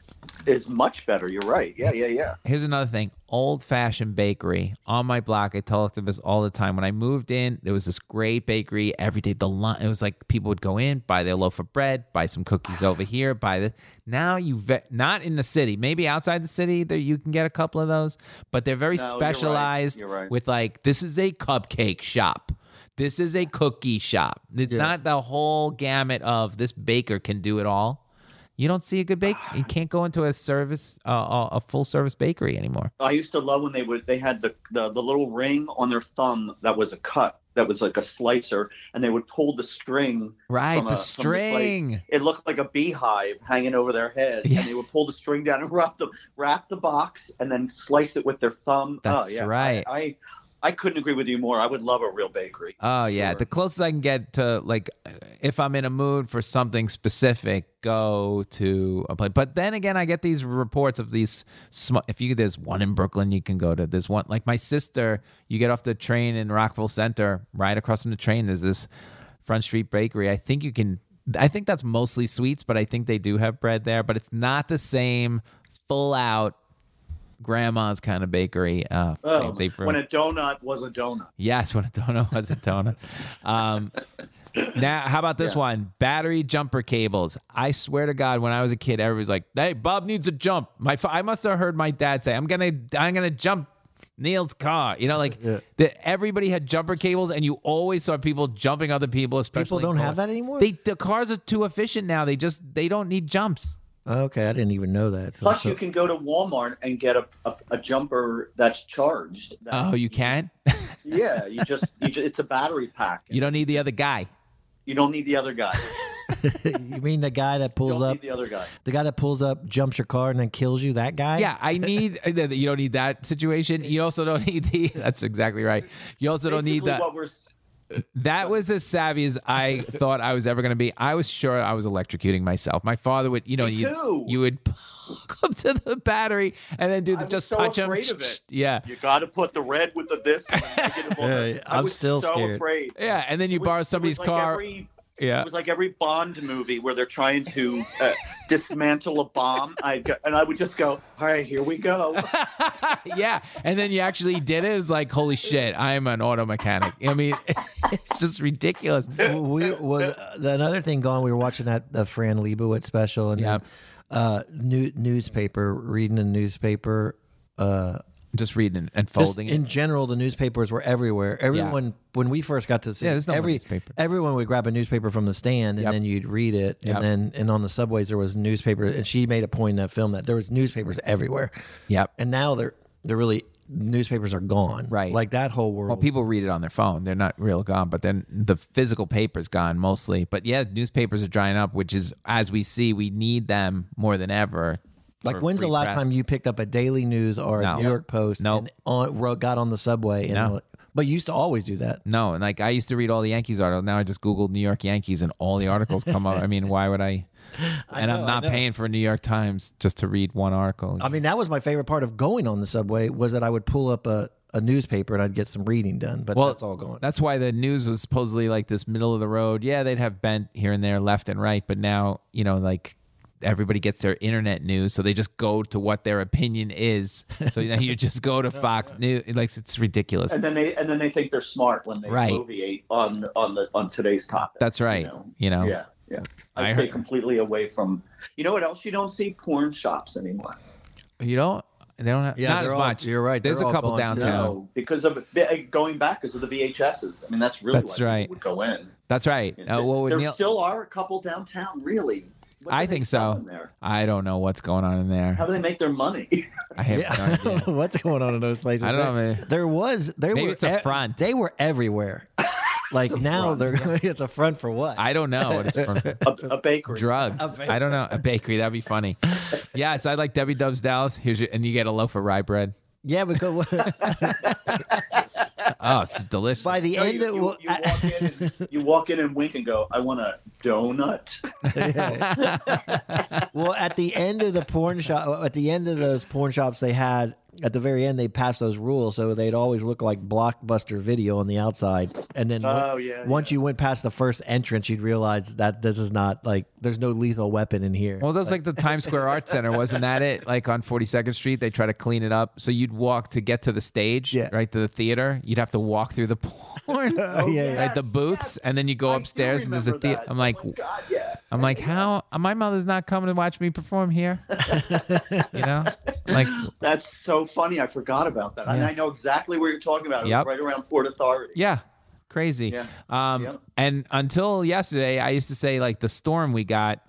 Speaker 10: is much better. You're right. Yeah, yeah, yeah.
Speaker 8: Here's another thing old fashioned bakery on my block. I tell this all the time. When I moved in, there was this great bakery every day. The line, it was like people would go in, buy their loaf of bread, buy some cookies over here, buy the. Now you, ve- not in the city, maybe outside the city, there you can get a couple of those, but they're very
Speaker 10: No, you're right.
Speaker 8: specialized
Speaker 10: You're right.
Speaker 8: with like, this is a cupcake shop. This is a cookie shop. It's not the whole gamut of this baker can do it all. You don't see a good bake. You can't go into a service, uh, a- a full service bakery anymore.
Speaker 10: I used to love when they would they had the, the the little ring on their thumb that was a cut that was like a slicer, and they would pull the string.
Speaker 8: Right,
Speaker 10: from
Speaker 8: the
Speaker 10: a- from this, like,
Speaker 8: string.
Speaker 10: it looked like a beehive hanging over their head,
Speaker 8: Yeah.
Speaker 10: and they would pull the string down and wrap the wrap the box, and then slice it with their thumb.
Speaker 8: That's
Speaker 10: oh, yeah.
Speaker 8: right.
Speaker 10: I, I I couldn't agree with you more. I would love a real bakery.
Speaker 8: Oh yeah,
Speaker 10: Sure.
Speaker 8: the closest I can get to like, if I'm in a mood for something specific, go to a place. But then again, I get these reports of these. Sm- if you there's one in Brooklyn, you can go to. There's one like my sister. You get off the train in Rockville Center, right across from the train. There's this Front Street Bakery. I think you can. I think that's mostly sweets, but I think they do have bread there. But it's not the same full out grandma's kind of bakery. Uh,
Speaker 10: Oh,
Speaker 8: they- they-
Speaker 10: when a donut was a donut.
Speaker 8: Yes, when a donut was a donut. um, now, how about this one? Battery jumper cables. I swear to God, when I was a kid, everybody's like, "Hey, Bob needs a jump." My, fa- I must have heard my dad say, "I'm gonna, I'm gonna jump." Neil's car, you know, like
Speaker 9: Yeah.
Speaker 8: the, everybody had jumper cables, and you always saw people jumping other people. Especially
Speaker 9: People
Speaker 8: in
Speaker 9: don't have
Speaker 8: car-
Speaker 9: that anymore?
Speaker 8: They the cars are too efficient now. They just they don't need jumps.
Speaker 9: Okay, I didn't even know that. So-
Speaker 10: Plus,
Speaker 9: so-
Speaker 10: you can go to Walmart and get a, a, a jumper that's charged. that-
Speaker 9: Uh,
Speaker 8: Oh, you can.
Speaker 10: Yeah, you just, you ju- it's a battery pack.
Speaker 8: you don't need the other guy.
Speaker 10: You don't need the other guy.
Speaker 9: you mean the guy that
Speaker 10: You
Speaker 9: pulls
Speaker 10: don't
Speaker 9: up,
Speaker 10: need the other guy.
Speaker 9: the guy that pulls up, jumps your car, and then kills you? That guy?
Speaker 8: Yeah, I need. uh, You don't need that situation. You also don't need the. That's exactly right. You also don't need
Speaker 10: Basically
Speaker 8: that.
Speaker 10: What we're, s-
Speaker 8: That was as savvy as I thought I was ever going to be. I was sure I was electrocuting myself. My father would, you know,
Speaker 10: Me
Speaker 8: you
Speaker 10: too.
Speaker 8: you would come to the battery and then do
Speaker 10: I
Speaker 8: the
Speaker 10: was
Speaker 8: just
Speaker 10: so
Speaker 8: touch him.
Speaker 10: afraid of it.
Speaker 8: Yeah,
Speaker 10: you got to put the red with the this. and the negative on it.
Speaker 9: Yeah,
Speaker 10: I
Speaker 9: I'm
Speaker 10: was
Speaker 9: still
Speaker 10: so
Speaker 9: scared.
Speaker 10: afraid.
Speaker 8: yeah, and then you
Speaker 10: It was-
Speaker 8: borrow
Speaker 10: it was
Speaker 8: somebody's
Speaker 10: like
Speaker 8: car.
Speaker 10: every-
Speaker 8: yeah,
Speaker 10: It was like every Bond movie where they're trying to uh, dismantle a bomb. I go, and I would just go, "All right, here we go."
Speaker 8: yeah, and then you actually did it. It's like holy shit, I'm an auto mechanic. I mean, it's just ridiculous.
Speaker 9: we was the, another thing going. We were watching that the Fran Lebowitz special and
Speaker 8: Yeah.
Speaker 9: uh, new, newspaper, reading a newspaper. Uh,
Speaker 8: Just reading it and
Speaker 9: just
Speaker 8: folding it.
Speaker 9: in general, the newspapers were everywhere. Everyone, when we first got to the city,
Speaker 8: there's no more
Speaker 9: every
Speaker 8: newspaper.
Speaker 9: everyone would grab a newspaper from the stand and
Speaker 8: Yep.
Speaker 9: then you'd read it.
Speaker 8: Yep.
Speaker 9: And then and on the subways there was newspaper. And she made a point in that film that there was newspapers everywhere.
Speaker 8: Yep.
Speaker 9: And now they're they're really newspapers are gone.
Speaker 8: Right.
Speaker 9: Like that whole world.
Speaker 8: Well, people read it on their phone. They're not real gone, but then the physical paper's gone mostly. But yeah, newspapers are drying up, which is as we see, we need them more than ever.
Speaker 9: Like,
Speaker 8: for
Speaker 9: when's the
Speaker 8: free
Speaker 9: last
Speaker 8: press.
Speaker 9: time you picked up a Daily News or a
Speaker 8: No.
Speaker 9: New York Post?
Speaker 8: Nope.
Speaker 9: And on, ro- got on the subway and.
Speaker 8: No.
Speaker 9: But you used to always do that.
Speaker 8: No, and like I used to read all the Yankees articles. Now I just googled New York Yankees, and all the articles come up. I mean, why would I? And
Speaker 9: know,
Speaker 8: I'm
Speaker 9: I
Speaker 8: not
Speaker 9: know.
Speaker 8: paying for New York Times just to read one article.
Speaker 9: I mean, that was my favorite part of going on the subway was that I would pull up a, a newspaper and I'd get some reading done. But that's all gone.
Speaker 8: That's why the news was supposedly like this middle of the road. Yeah, they'd have bent here and there, left and right, but now you know, like everybody gets their internet news, so they just go to what their opinion is. So now you just go to Fox News. Like it's ridiculous.
Speaker 10: and then they and then they think they're smart when they
Speaker 8: Right.
Speaker 10: alleviate on on the on today's topic.
Speaker 8: That's right. You know.
Speaker 10: Yeah, yeah. I,
Speaker 8: I
Speaker 10: stay
Speaker 8: heard-
Speaker 10: completely away from. You know what else? You don't see porn shops anymore.
Speaker 8: You don't. They don't have
Speaker 9: Yeah,
Speaker 8: not
Speaker 9: they're
Speaker 8: as
Speaker 9: all-
Speaker 8: much.
Speaker 9: you're right,
Speaker 8: There's
Speaker 9: they're
Speaker 8: a
Speaker 9: all
Speaker 8: couple
Speaker 9: gone, too.
Speaker 8: downtown.
Speaker 10: No, because of eh, going back because of the VHSs. I mean, that's really
Speaker 8: That's
Speaker 10: why people
Speaker 8: right.
Speaker 10: Would go in.
Speaker 8: That's right. Uh, well, with
Speaker 10: there
Speaker 8: Neil-
Speaker 10: still are a couple downtown, really. What
Speaker 8: I
Speaker 10: do they
Speaker 8: think
Speaker 10: sell
Speaker 8: so.
Speaker 10: in There?
Speaker 8: I don't know what's going on in there.
Speaker 10: How do they make their money?
Speaker 8: I have
Speaker 9: yeah,
Speaker 8: no
Speaker 9: I don't
Speaker 8: idea.
Speaker 9: know what's going on in those places.
Speaker 8: I don't know,
Speaker 9: There-
Speaker 8: man.
Speaker 9: There was they
Speaker 8: Maybe
Speaker 9: were
Speaker 8: it's a
Speaker 9: ev-
Speaker 8: front.
Speaker 9: They were everywhere. Like now
Speaker 10: front,
Speaker 9: they're it's a front for what?
Speaker 8: I don't know what it's from.
Speaker 10: a, a bakery.
Speaker 8: drugs.
Speaker 9: bakery.
Speaker 8: I don't know. A bakery. That'd be funny. Yeah, so I like Debbie Dubs Dallas. Here's your, and you get a loaf of rye bread.
Speaker 9: yeah, because
Speaker 8: Oh, it's delicious.
Speaker 9: by the
Speaker 10: No,
Speaker 9: end
Speaker 10: you,
Speaker 9: it
Speaker 10: you-
Speaker 9: wa-
Speaker 10: you walk in and, you walk in and wink and go, I want a donut.
Speaker 9: uh, well, at the end of the porn shop, at the end of those porn shops, they had at the very end they passed those rules so they'd always look like blockbuster video on the outside and then
Speaker 10: Oh,
Speaker 9: on-
Speaker 10: yeah,
Speaker 9: once you went past the first entrance you'd realize that this is not like there's no lethal weapon in here
Speaker 8: Well, that was like the Times Square Art Center, wasn't that it? Like on 42nd Street, they try to clean it up. So you'd walk to get to the stage,
Speaker 9: Yeah.
Speaker 8: right to the theater. You'd have to walk through the porn,
Speaker 9: Oh, yeah, yeah.
Speaker 8: right the booths, and then you go
Speaker 10: I do
Speaker 8: upstairs and there's a
Speaker 10: remember
Speaker 8: theater.
Speaker 10: that.
Speaker 8: I'm like,
Speaker 10: Oh my God, yeah.
Speaker 8: I'm like, how uh, my mother's not coming to watch me perform here, you know? Like,
Speaker 10: That's so funny. I forgot about that. And
Speaker 8: Yeah.
Speaker 10: I know exactly where you're talking about. It
Speaker 8: Yep.
Speaker 10: was right around Port Authority.
Speaker 8: yeah, crazy.
Speaker 10: Yeah.
Speaker 8: Um,
Speaker 10: Yep.
Speaker 8: And until yesterday, I used to say like the storm we got.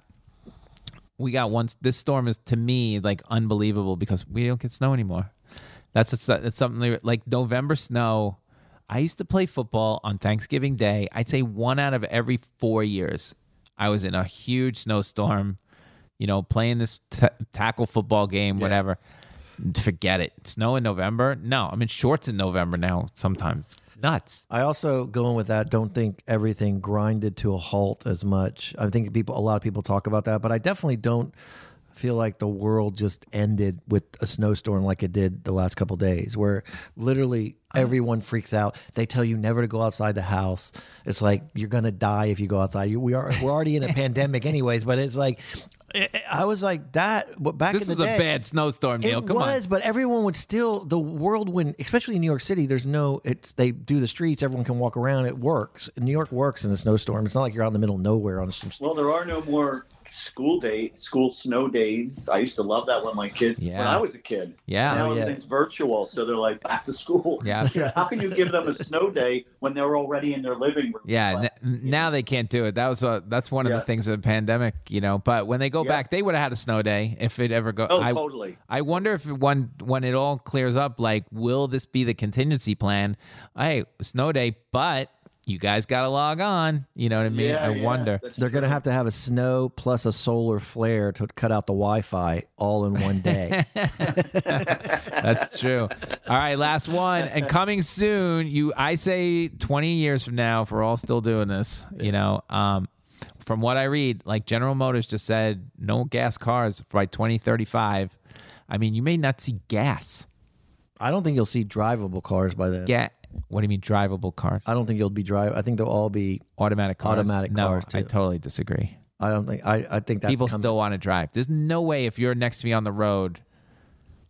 Speaker 8: We got once. This storm is to me like unbelievable because we don't get snow anymore. That's it's, it's something like November snow. I used to play football on Thanksgiving Day. I'd say one out of every four years, I was in a huge snowstorm. You know, playing this t- tackle football game, whatever. Forget it. Snow in November? No, I'm in shorts in November now. Sometimes nuts.
Speaker 9: I also going with that. Don't think everything grinded to a halt as much. I think people, a lot of people talk about that, but I definitely don't feel like the world just ended with a snowstorm like it did the last couple days, where literally
Speaker 8: Uh-huh.
Speaker 9: everyone freaks out. They tell you never to go outside the house. It's like you're gonna die if you go outside. You- We are we're already in a pandemic anyways, but it's like I- I was like that. But back
Speaker 8: This
Speaker 9: in
Speaker 8: is
Speaker 9: the day,
Speaker 8: a bad snowstorm, Neil.
Speaker 9: it
Speaker 8: Come
Speaker 9: was, but everyone would still the world would especially in New York City. There's no it's they do the streets. Everyone can walk around. It works. New York works in a snowstorm. It's not like you're out in the middle of nowhere on some.
Speaker 10: Well, there are no more school day, school snow days. I used to love that when my kids, when
Speaker 8: Yeah.
Speaker 10: I was a kid.
Speaker 8: Yeah.
Speaker 10: Now
Speaker 9: Oh, yeah.
Speaker 10: everything's virtual, so they're like back to school.
Speaker 8: Yeah.
Speaker 10: Because How can you give them a snow day when they're already in their living room?
Speaker 8: Yeah,
Speaker 10: Like,
Speaker 8: n- now they can't do it. That was uh that's one of
Speaker 10: Yeah.
Speaker 8: the things of the pandemic, you know. But when they go
Speaker 10: Yeah.
Speaker 8: back, they would have had a snow day if it ever go.
Speaker 10: oh,
Speaker 8: I,
Speaker 10: totally.
Speaker 8: I wonder if when when it all clears up, like, will this be the contingency plan? Hey, snow day, but you guys got to log on. You know what I mean?
Speaker 10: yeah,
Speaker 8: I
Speaker 10: yeah,
Speaker 8: wonder.
Speaker 10: that's
Speaker 9: They're
Speaker 10: true.
Speaker 9: gonna have to have a snow plus a solar flare to cut out the Wi-Fi all in one day.
Speaker 8: That's true. All right, last one, and coming soon. You, I say, twenty years from now, if we're all still doing this, you know, um, from what I read, like General Motors just said, no gas cars by twenty thirty five. I mean, you may not see gas.
Speaker 9: I don't think you'll see drivable cars by then.
Speaker 8: Ga- what do you mean drivable cars?
Speaker 9: I don't think you'll be drive. I think they'll all be.
Speaker 8: Automatic cars.
Speaker 9: Automatic
Speaker 8: no,
Speaker 9: cars,
Speaker 8: I
Speaker 9: too.
Speaker 8: totally disagree.
Speaker 9: I don't think. I, I think that's
Speaker 8: People
Speaker 9: coming.
Speaker 8: still want to drive. There's no way if you're next to me on the road,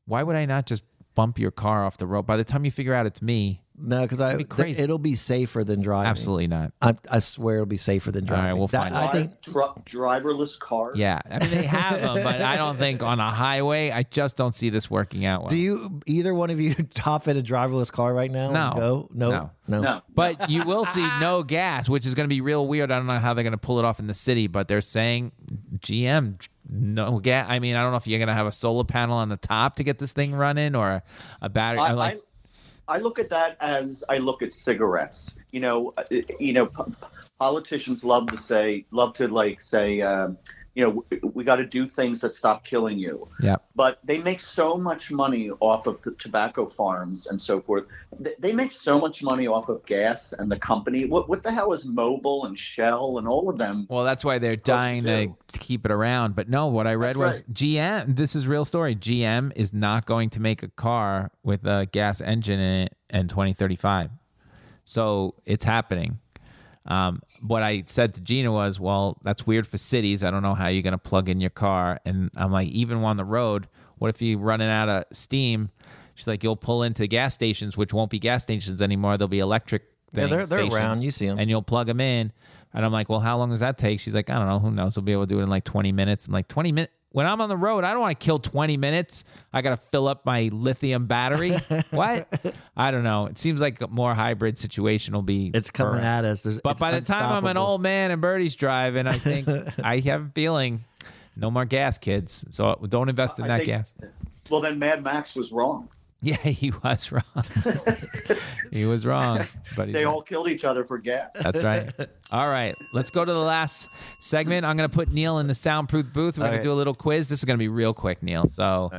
Speaker 8: why would I not just bump your car off the road? By the time you figure out it's me,
Speaker 9: no because I
Speaker 8: be crazy.
Speaker 9: it'll be safer than driving.
Speaker 8: absolutely not.
Speaker 9: I, I swear it'll be safer than
Speaker 8: All right,
Speaker 9: driving.
Speaker 8: we'll
Speaker 9: That-
Speaker 8: find
Speaker 9: I
Speaker 10: Why
Speaker 9: think
Speaker 10: dri- driverless cars.
Speaker 8: Yeah, I mean they have them, but I don't think on a highway. I just don't see this working out well.
Speaker 9: Do you either one of you top in a driverless car right now?
Speaker 8: No.
Speaker 9: and Go? No.
Speaker 8: No.
Speaker 9: No.
Speaker 10: No.
Speaker 8: but you will see no gas, which is going to be real weird. I don't know how they're going to pull it off in the city, but they're saying GM no gas. I mean, I don't know if you're going to have a solar panel on the top to get this thing running or a, a battery.
Speaker 10: I,
Speaker 8: I'm like,
Speaker 10: I, I look at that as I look at cigarettes. You know, uh, you know, p- politicians love to say, love to like say, um, you know, we, we got to do things that stop killing you.
Speaker 8: yeah,
Speaker 10: But they make so much money off of the tobacco farms and so forth. They, they make so much money off of gas and the company. What what the hell is Mobil and Shell and all of them?
Speaker 8: Well, that's why they're
Speaker 10: Um, Supposed to
Speaker 8: dying to,
Speaker 10: do.
Speaker 8: keep it around. But no, what I read
Speaker 10: That's
Speaker 8: was
Speaker 10: right.
Speaker 8: GM. This is real story. GM is not going to make a car with a gas engine in it in 2035. So it's happening. Um, what I said to Gina was, "Well, that's weird for cities. I don't know how you're going to plug in your car." And I'm like, "Even on the road, what if you're running out of steam?" She's like, "You'll pull into gas stations, which won't be gas stations anymore. They'll be electric."
Speaker 9: Yeah, they're-
Speaker 8: things,
Speaker 9: they're
Speaker 8: stations,
Speaker 9: around. You see 'em.
Speaker 8: and and you'll plug them in. And I'm like, well, how long does that take? She's like, I don't know. Who knows? We'll be able to do it in like 20 minutes. I'm like, 20 minutes. When I'm on the road, I don't want to kill 20 minutes. I got to fill up my lithium battery. what? I don't know. It seems like a more hybrid situation will be.
Speaker 9: It's coming
Speaker 8: correct.
Speaker 9: at us. There's,
Speaker 8: But
Speaker 9: it's
Speaker 8: by the time I'm an
Speaker 9: unstoppable.
Speaker 8: old man and Birdie's driving, I think I have a feeling no more gas, kids. So don't invest in
Speaker 10: I
Speaker 8: that
Speaker 10: think-
Speaker 8: gas.
Speaker 10: Well, then Mad Max was wrong.
Speaker 8: Yeah, he was wrong. he was wrong. But he's
Speaker 10: They
Speaker 8: right.
Speaker 10: all killed each other for gas.
Speaker 8: That's right. All right. Let's go to the last segment. I'm going to put Neil in the soundproof booth. We're going
Speaker 9: Okay.
Speaker 8: to do a little quiz. This is going to be real quick, Neil. So,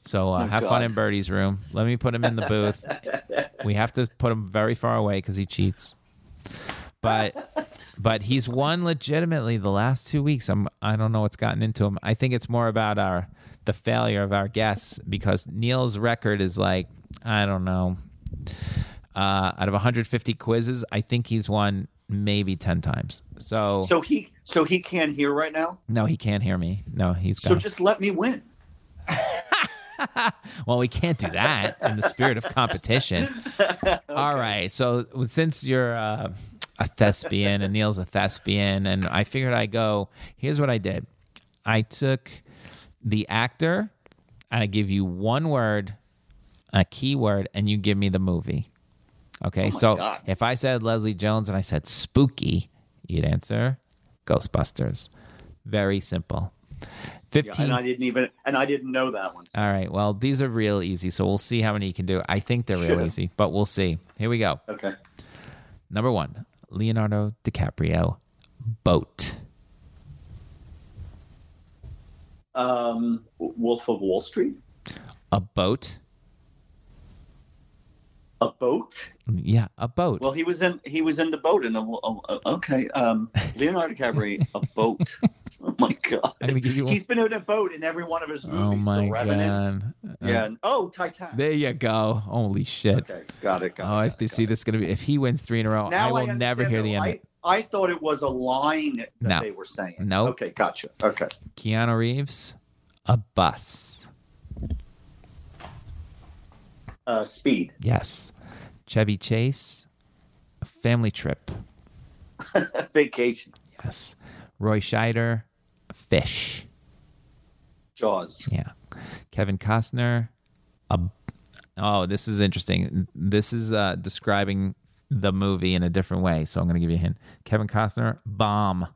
Speaker 8: so uh, have fun
Speaker 10: God.
Speaker 8: in Birdie's room. Let me put him in the booth. we have to put him very far away because he cheats. But, but he's won legitimately the last two weeks. I'm I don't know what's gotten into him. I think it's more about our the failure of our guests because Neil's record is like I don't know. Uh, out of 150 quizzes, I think he's won maybe 10 times. So,
Speaker 10: So he so he can't hear right now.
Speaker 8: no, he can't hear me. No, he's
Speaker 10: So
Speaker 8: gone.
Speaker 10: just let me win.
Speaker 8: well, we can't do that in the spirit of competition. All right. So since you're uh, a thespian and Neil's a thespian, and I figured I go. Here's what I did. I took the actor, and I give you one word, a keyword, and you give me the movie. Okay. so
Speaker 10: Oh God.
Speaker 8: if I said Leslie Jones and I said spooky, you'd answer Ghostbusters. Very simple.
Speaker 10: Yeah,
Speaker 8: Fifteen.
Speaker 10: and I didn't even and I didn't know that one.
Speaker 8: All right. Well, these are real easy, so we'll see how many you can do. I think they're real
Speaker 10: Sure.
Speaker 8: easy, but we'll see. Here we go.
Speaker 10: Okay.
Speaker 8: Number one, Leonardo DiCaprio, boat.
Speaker 10: Um, Wolf of Wall Street,
Speaker 8: A boat.
Speaker 10: a boat.
Speaker 8: Yeah, a boat.
Speaker 10: Well, he was in he was in the boat in the oh, okay. Um, Leonardo DiCaprio, a boat. Oh my god!
Speaker 8: I'm gonna give you one.
Speaker 10: He's been in a boat in every one of his movies.
Speaker 8: oh my
Speaker 10: the Revenant.
Speaker 8: god. Uh,
Speaker 10: Yeah. and- oh, Titanic.
Speaker 8: There you go. Holy shit.
Speaker 10: okay, got it. Got
Speaker 8: Oh,
Speaker 10: it.
Speaker 8: I
Speaker 10: got it,
Speaker 8: see
Speaker 10: got
Speaker 8: this is gonna be if he wins three in a row,
Speaker 10: it. Now
Speaker 8: I will
Speaker 10: understand
Speaker 8: never hear
Speaker 10: though.
Speaker 8: the end. of
Speaker 10: I,
Speaker 8: it.
Speaker 10: I thought it was a line that
Speaker 8: No.
Speaker 10: they were saying.
Speaker 8: No.
Speaker 10: Okay, gotcha. Okay.
Speaker 8: Keanu Reeves, a bus.
Speaker 10: Uh, speed.
Speaker 8: Yes. Chevy Chase, a family trip.
Speaker 10: Vacation.
Speaker 8: Yes. Roy Scheider, fish.
Speaker 10: Jaws.
Speaker 8: Yeah. Kevin Costner. A, oh, this is interesting. This is uh, describing the movie in a different way. So I'm going to give you a hint. Kevin Costner, bomb.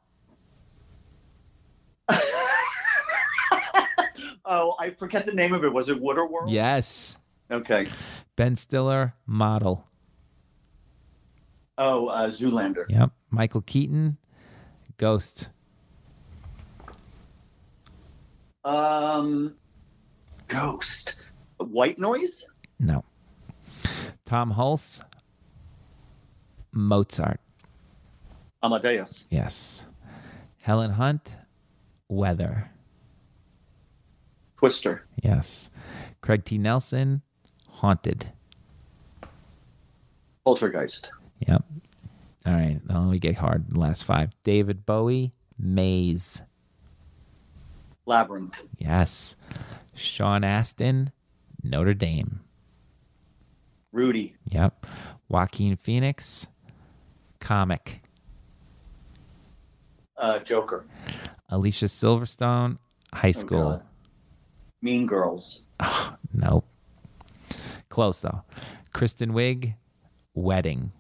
Speaker 10: Oh, I forget the name of it. Was it Waterworld?
Speaker 8: Yes.
Speaker 10: Okay.
Speaker 8: Ben Stiller, model.
Speaker 10: Oh, uh, Zoolander.
Speaker 8: Yep. Michael Keaton, ghost.
Speaker 10: Um, Ghost. White Noise.
Speaker 8: No. Tom Hulse, Mozart.
Speaker 10: Amadeus.
Speaker 8: Yes. Helen Hunt, weather.
Speaker 10: Twister.
Speaker 8: Yes. Craig T. Nelson, haunted.
Speaker 10: Poltergeist.
Speaker 8: Yep. All right. Now let me get hard. The last five. David Bowie, Maze.
Speaker 10: Labyrinth.
Speaker 8: Yes. Sean Astin, Notre Dame.
Speaker 10: Rudy.
Speaker 8: Yep. Joaquin Phoenix, comic.
Speaker 10: Uh, Joker.
Speaker 8: Alicia Silverstone, high school.
Speaker 10: Oh, God. Mean Girls.
Speaker 8: nope. Close though. Kristen Wiig, wedding.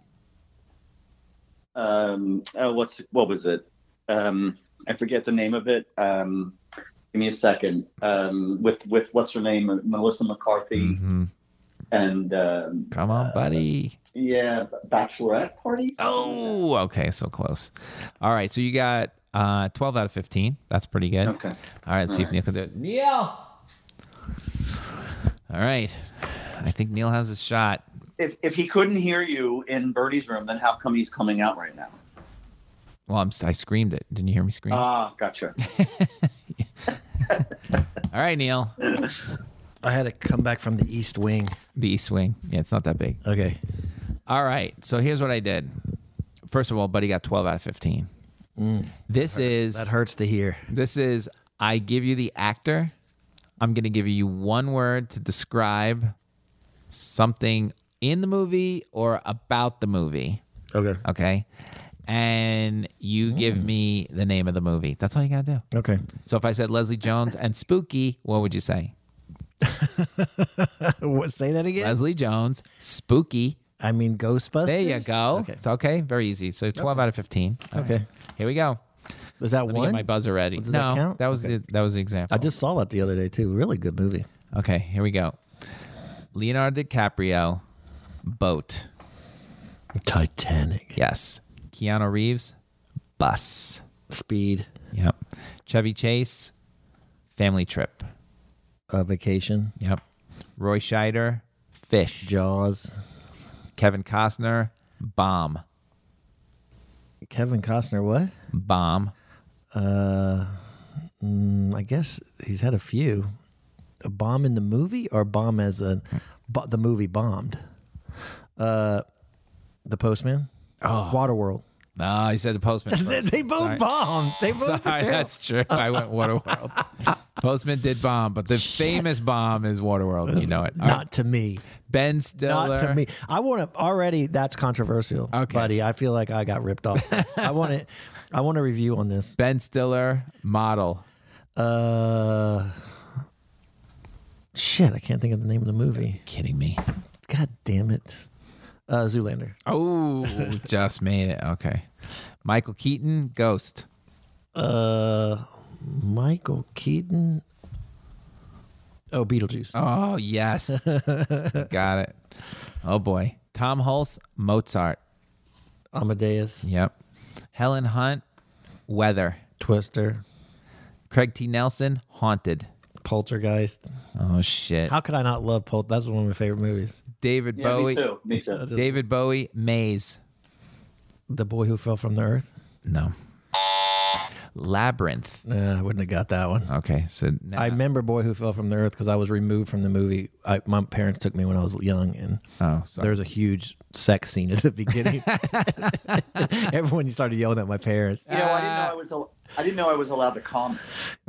Speaker 10: Um, oh, what's what was it? Um, I forget the name of it. Um, give me a second. Um, with with what's her name? Melissa McCarthy
Speaker 8: Mhm.
Speaker 10: and um,
Speaker 8: Come on, buddy.
Speaker 10: yeah, Bachelorette party.
Speaker 8: Oh, okay. So close. All right. So you got uh, 12 out of 15. That's pretty good.
Speaker 10: Okay.
Speaker 8: All right, see if Neil can do it. Neil! All right. I think Neil has a shot.
Speaker 10: If if he couldn't hear you in Birdie's room, then how come he's coming out right now?
Speaker 8: Well, I'm, I screamed it. Didn't you hear me scream?
Speaker 10: Ah, gotcha.
Speaker 8: All right, Neil.
Speaker 9: I had to come back from the East Wing.
Speaker 8: The East Wing. Yeah, it's not that big.
Speaker 9: Okay.
Speaker 8: All right. So here's what I did. First of all, Buddy got 12 out of 15. This is
Speaker 9: Mm. That hurts to hear.
Speaker 8: this is I give you the actor. I'm going to give you one word to describe something in the movie or about the movie.
Speaker 9: Okay.
Speaker 8: okay? And you
Speaker 9: Mm.
Speaker 8: give me the name of the movie. That's all you gotta do.
Speaker 9: Okay.
Speaker 8: So if I said Leslie Jones and Spooky, what would you say?
Speaker 9: What, say that again?
Speaker 8: Leslie Jones, Spooky.
Speaker 9: I mean, Ghostbusters.
Speaker 8: There you go.
Speaker 9: Okay.
Speaker 8: It's okay. Very easy. So 12 out of 15. All right.
Speaker 9: Okay.
Speaker 8: Here we go.
Speaker 9: Was that
Speaker 8: Let me
Speaker 9: one?
Speaker 8: get my buzzer ready.
Speaker 9: Does
Speaker 8: no,
Speaker 9: that count?
Speaker 8: was
Speaker 9: Okay.
Speaker 8: the, that was the example.
Speaker 9: I just saw that the other day too. Really good movie.
Speaker 8: Okay, here we go. Leonardo DiCaprio, Boat.
Speaker 9: Titanic.
Speaker 8: Yes. Keanu Reeves, Bus.
Speaker 9: Speed.
Speaker 8: Yep. Chevy Chase, Family Trip.
Speaker 9: Uh, vacation.
Speaker 8: Yep. Roy Scheider, Fish.
Speaker 9: Jaws.
Speaker 8: Kevin Costner, Bomb.
Speaker 9: Kevin Costner. What?
Speaker 8: Bomb.
Speaker 9: Uh, mm, I guess he's had a few. a bomb in the movie or bomb as a bo- the movie bombed? Uh, the Postman.
Speaker 8: Oh.
Speaker 9: Waterworld.
Speaker 8: No, you said the postman.
Speaker 9: They,
Speaker 8: first.
Speaker 9: they both
Speaker 8: Sorry.
Speaker 9: bombed. They both.
Speaker 8: Sorry,
Speaker 9: are terrible.
Speaker 8: that's true. I went Waterworld. Postman did bomb, but the famous bomb is Waterworld. You know it. All right.
Speaker 9: Not to me.
Speaker 8: Ben Stiller.
Speaker 9: Not to me. I want to already. That's controversial,
Speaker 8: Okay.
Speaker 9: buddy. I feel like I got ripped off. I want it. I want a review on this.
Speaker 8: Ben Stiller model.
Speaker 9: Uh, shit, I can't think of the name of the movie.
Speaker 8: Kidding me?
Speaker 9: God damn it, uh, Zoolander.
Speaker 8: Oh, just made it. Okay. Michael Keaton, Ghost.
Speaker 9: Uh, Michael Keaton. Oh, Beetlejuice.
Speaker 8: Oh yes, got it. Oh boy, Tom Hulse, Mozart.
Speaker 9: Amadeus.
Speaker 8: Yep. Helen Hunt, Weather.
Speaker 9: Twister.
Speaker 8: Craig T. Nelson, Haunted.
Speaker 9: Poltergeist.
Speaker 8: Oh shit.
Speaker 9: How could I not love Polter? That's one of my favorite movies.
Speaker 8: David
Speaker 10: Yeah,
Speaker 8: Bowie.
Speaker 10: me too. Me too.
Speaker 8: David Bowie, Maze.
Speaker 9: The Boy Who Fell from the Earth.
Speaker 8: No. Labyrinth.
Speaker 9: Nah, I wouldn't have got that one.
Speaker 8: Okay, so now,
Speaker 9: I remember Boy Who Fell from the Earth because I was removed from the movie. I, my parents took me when I was young, and
Speaker 8: oh, sorry.
Speaker 9: there's a huge sex scene at the beginning. Everyone started yelling at my parents.
Speaker 10: You know, I didn't
Speaker 8: Ah.
Speaker 10: know I was. Al- I didn't know I was allowed to comment.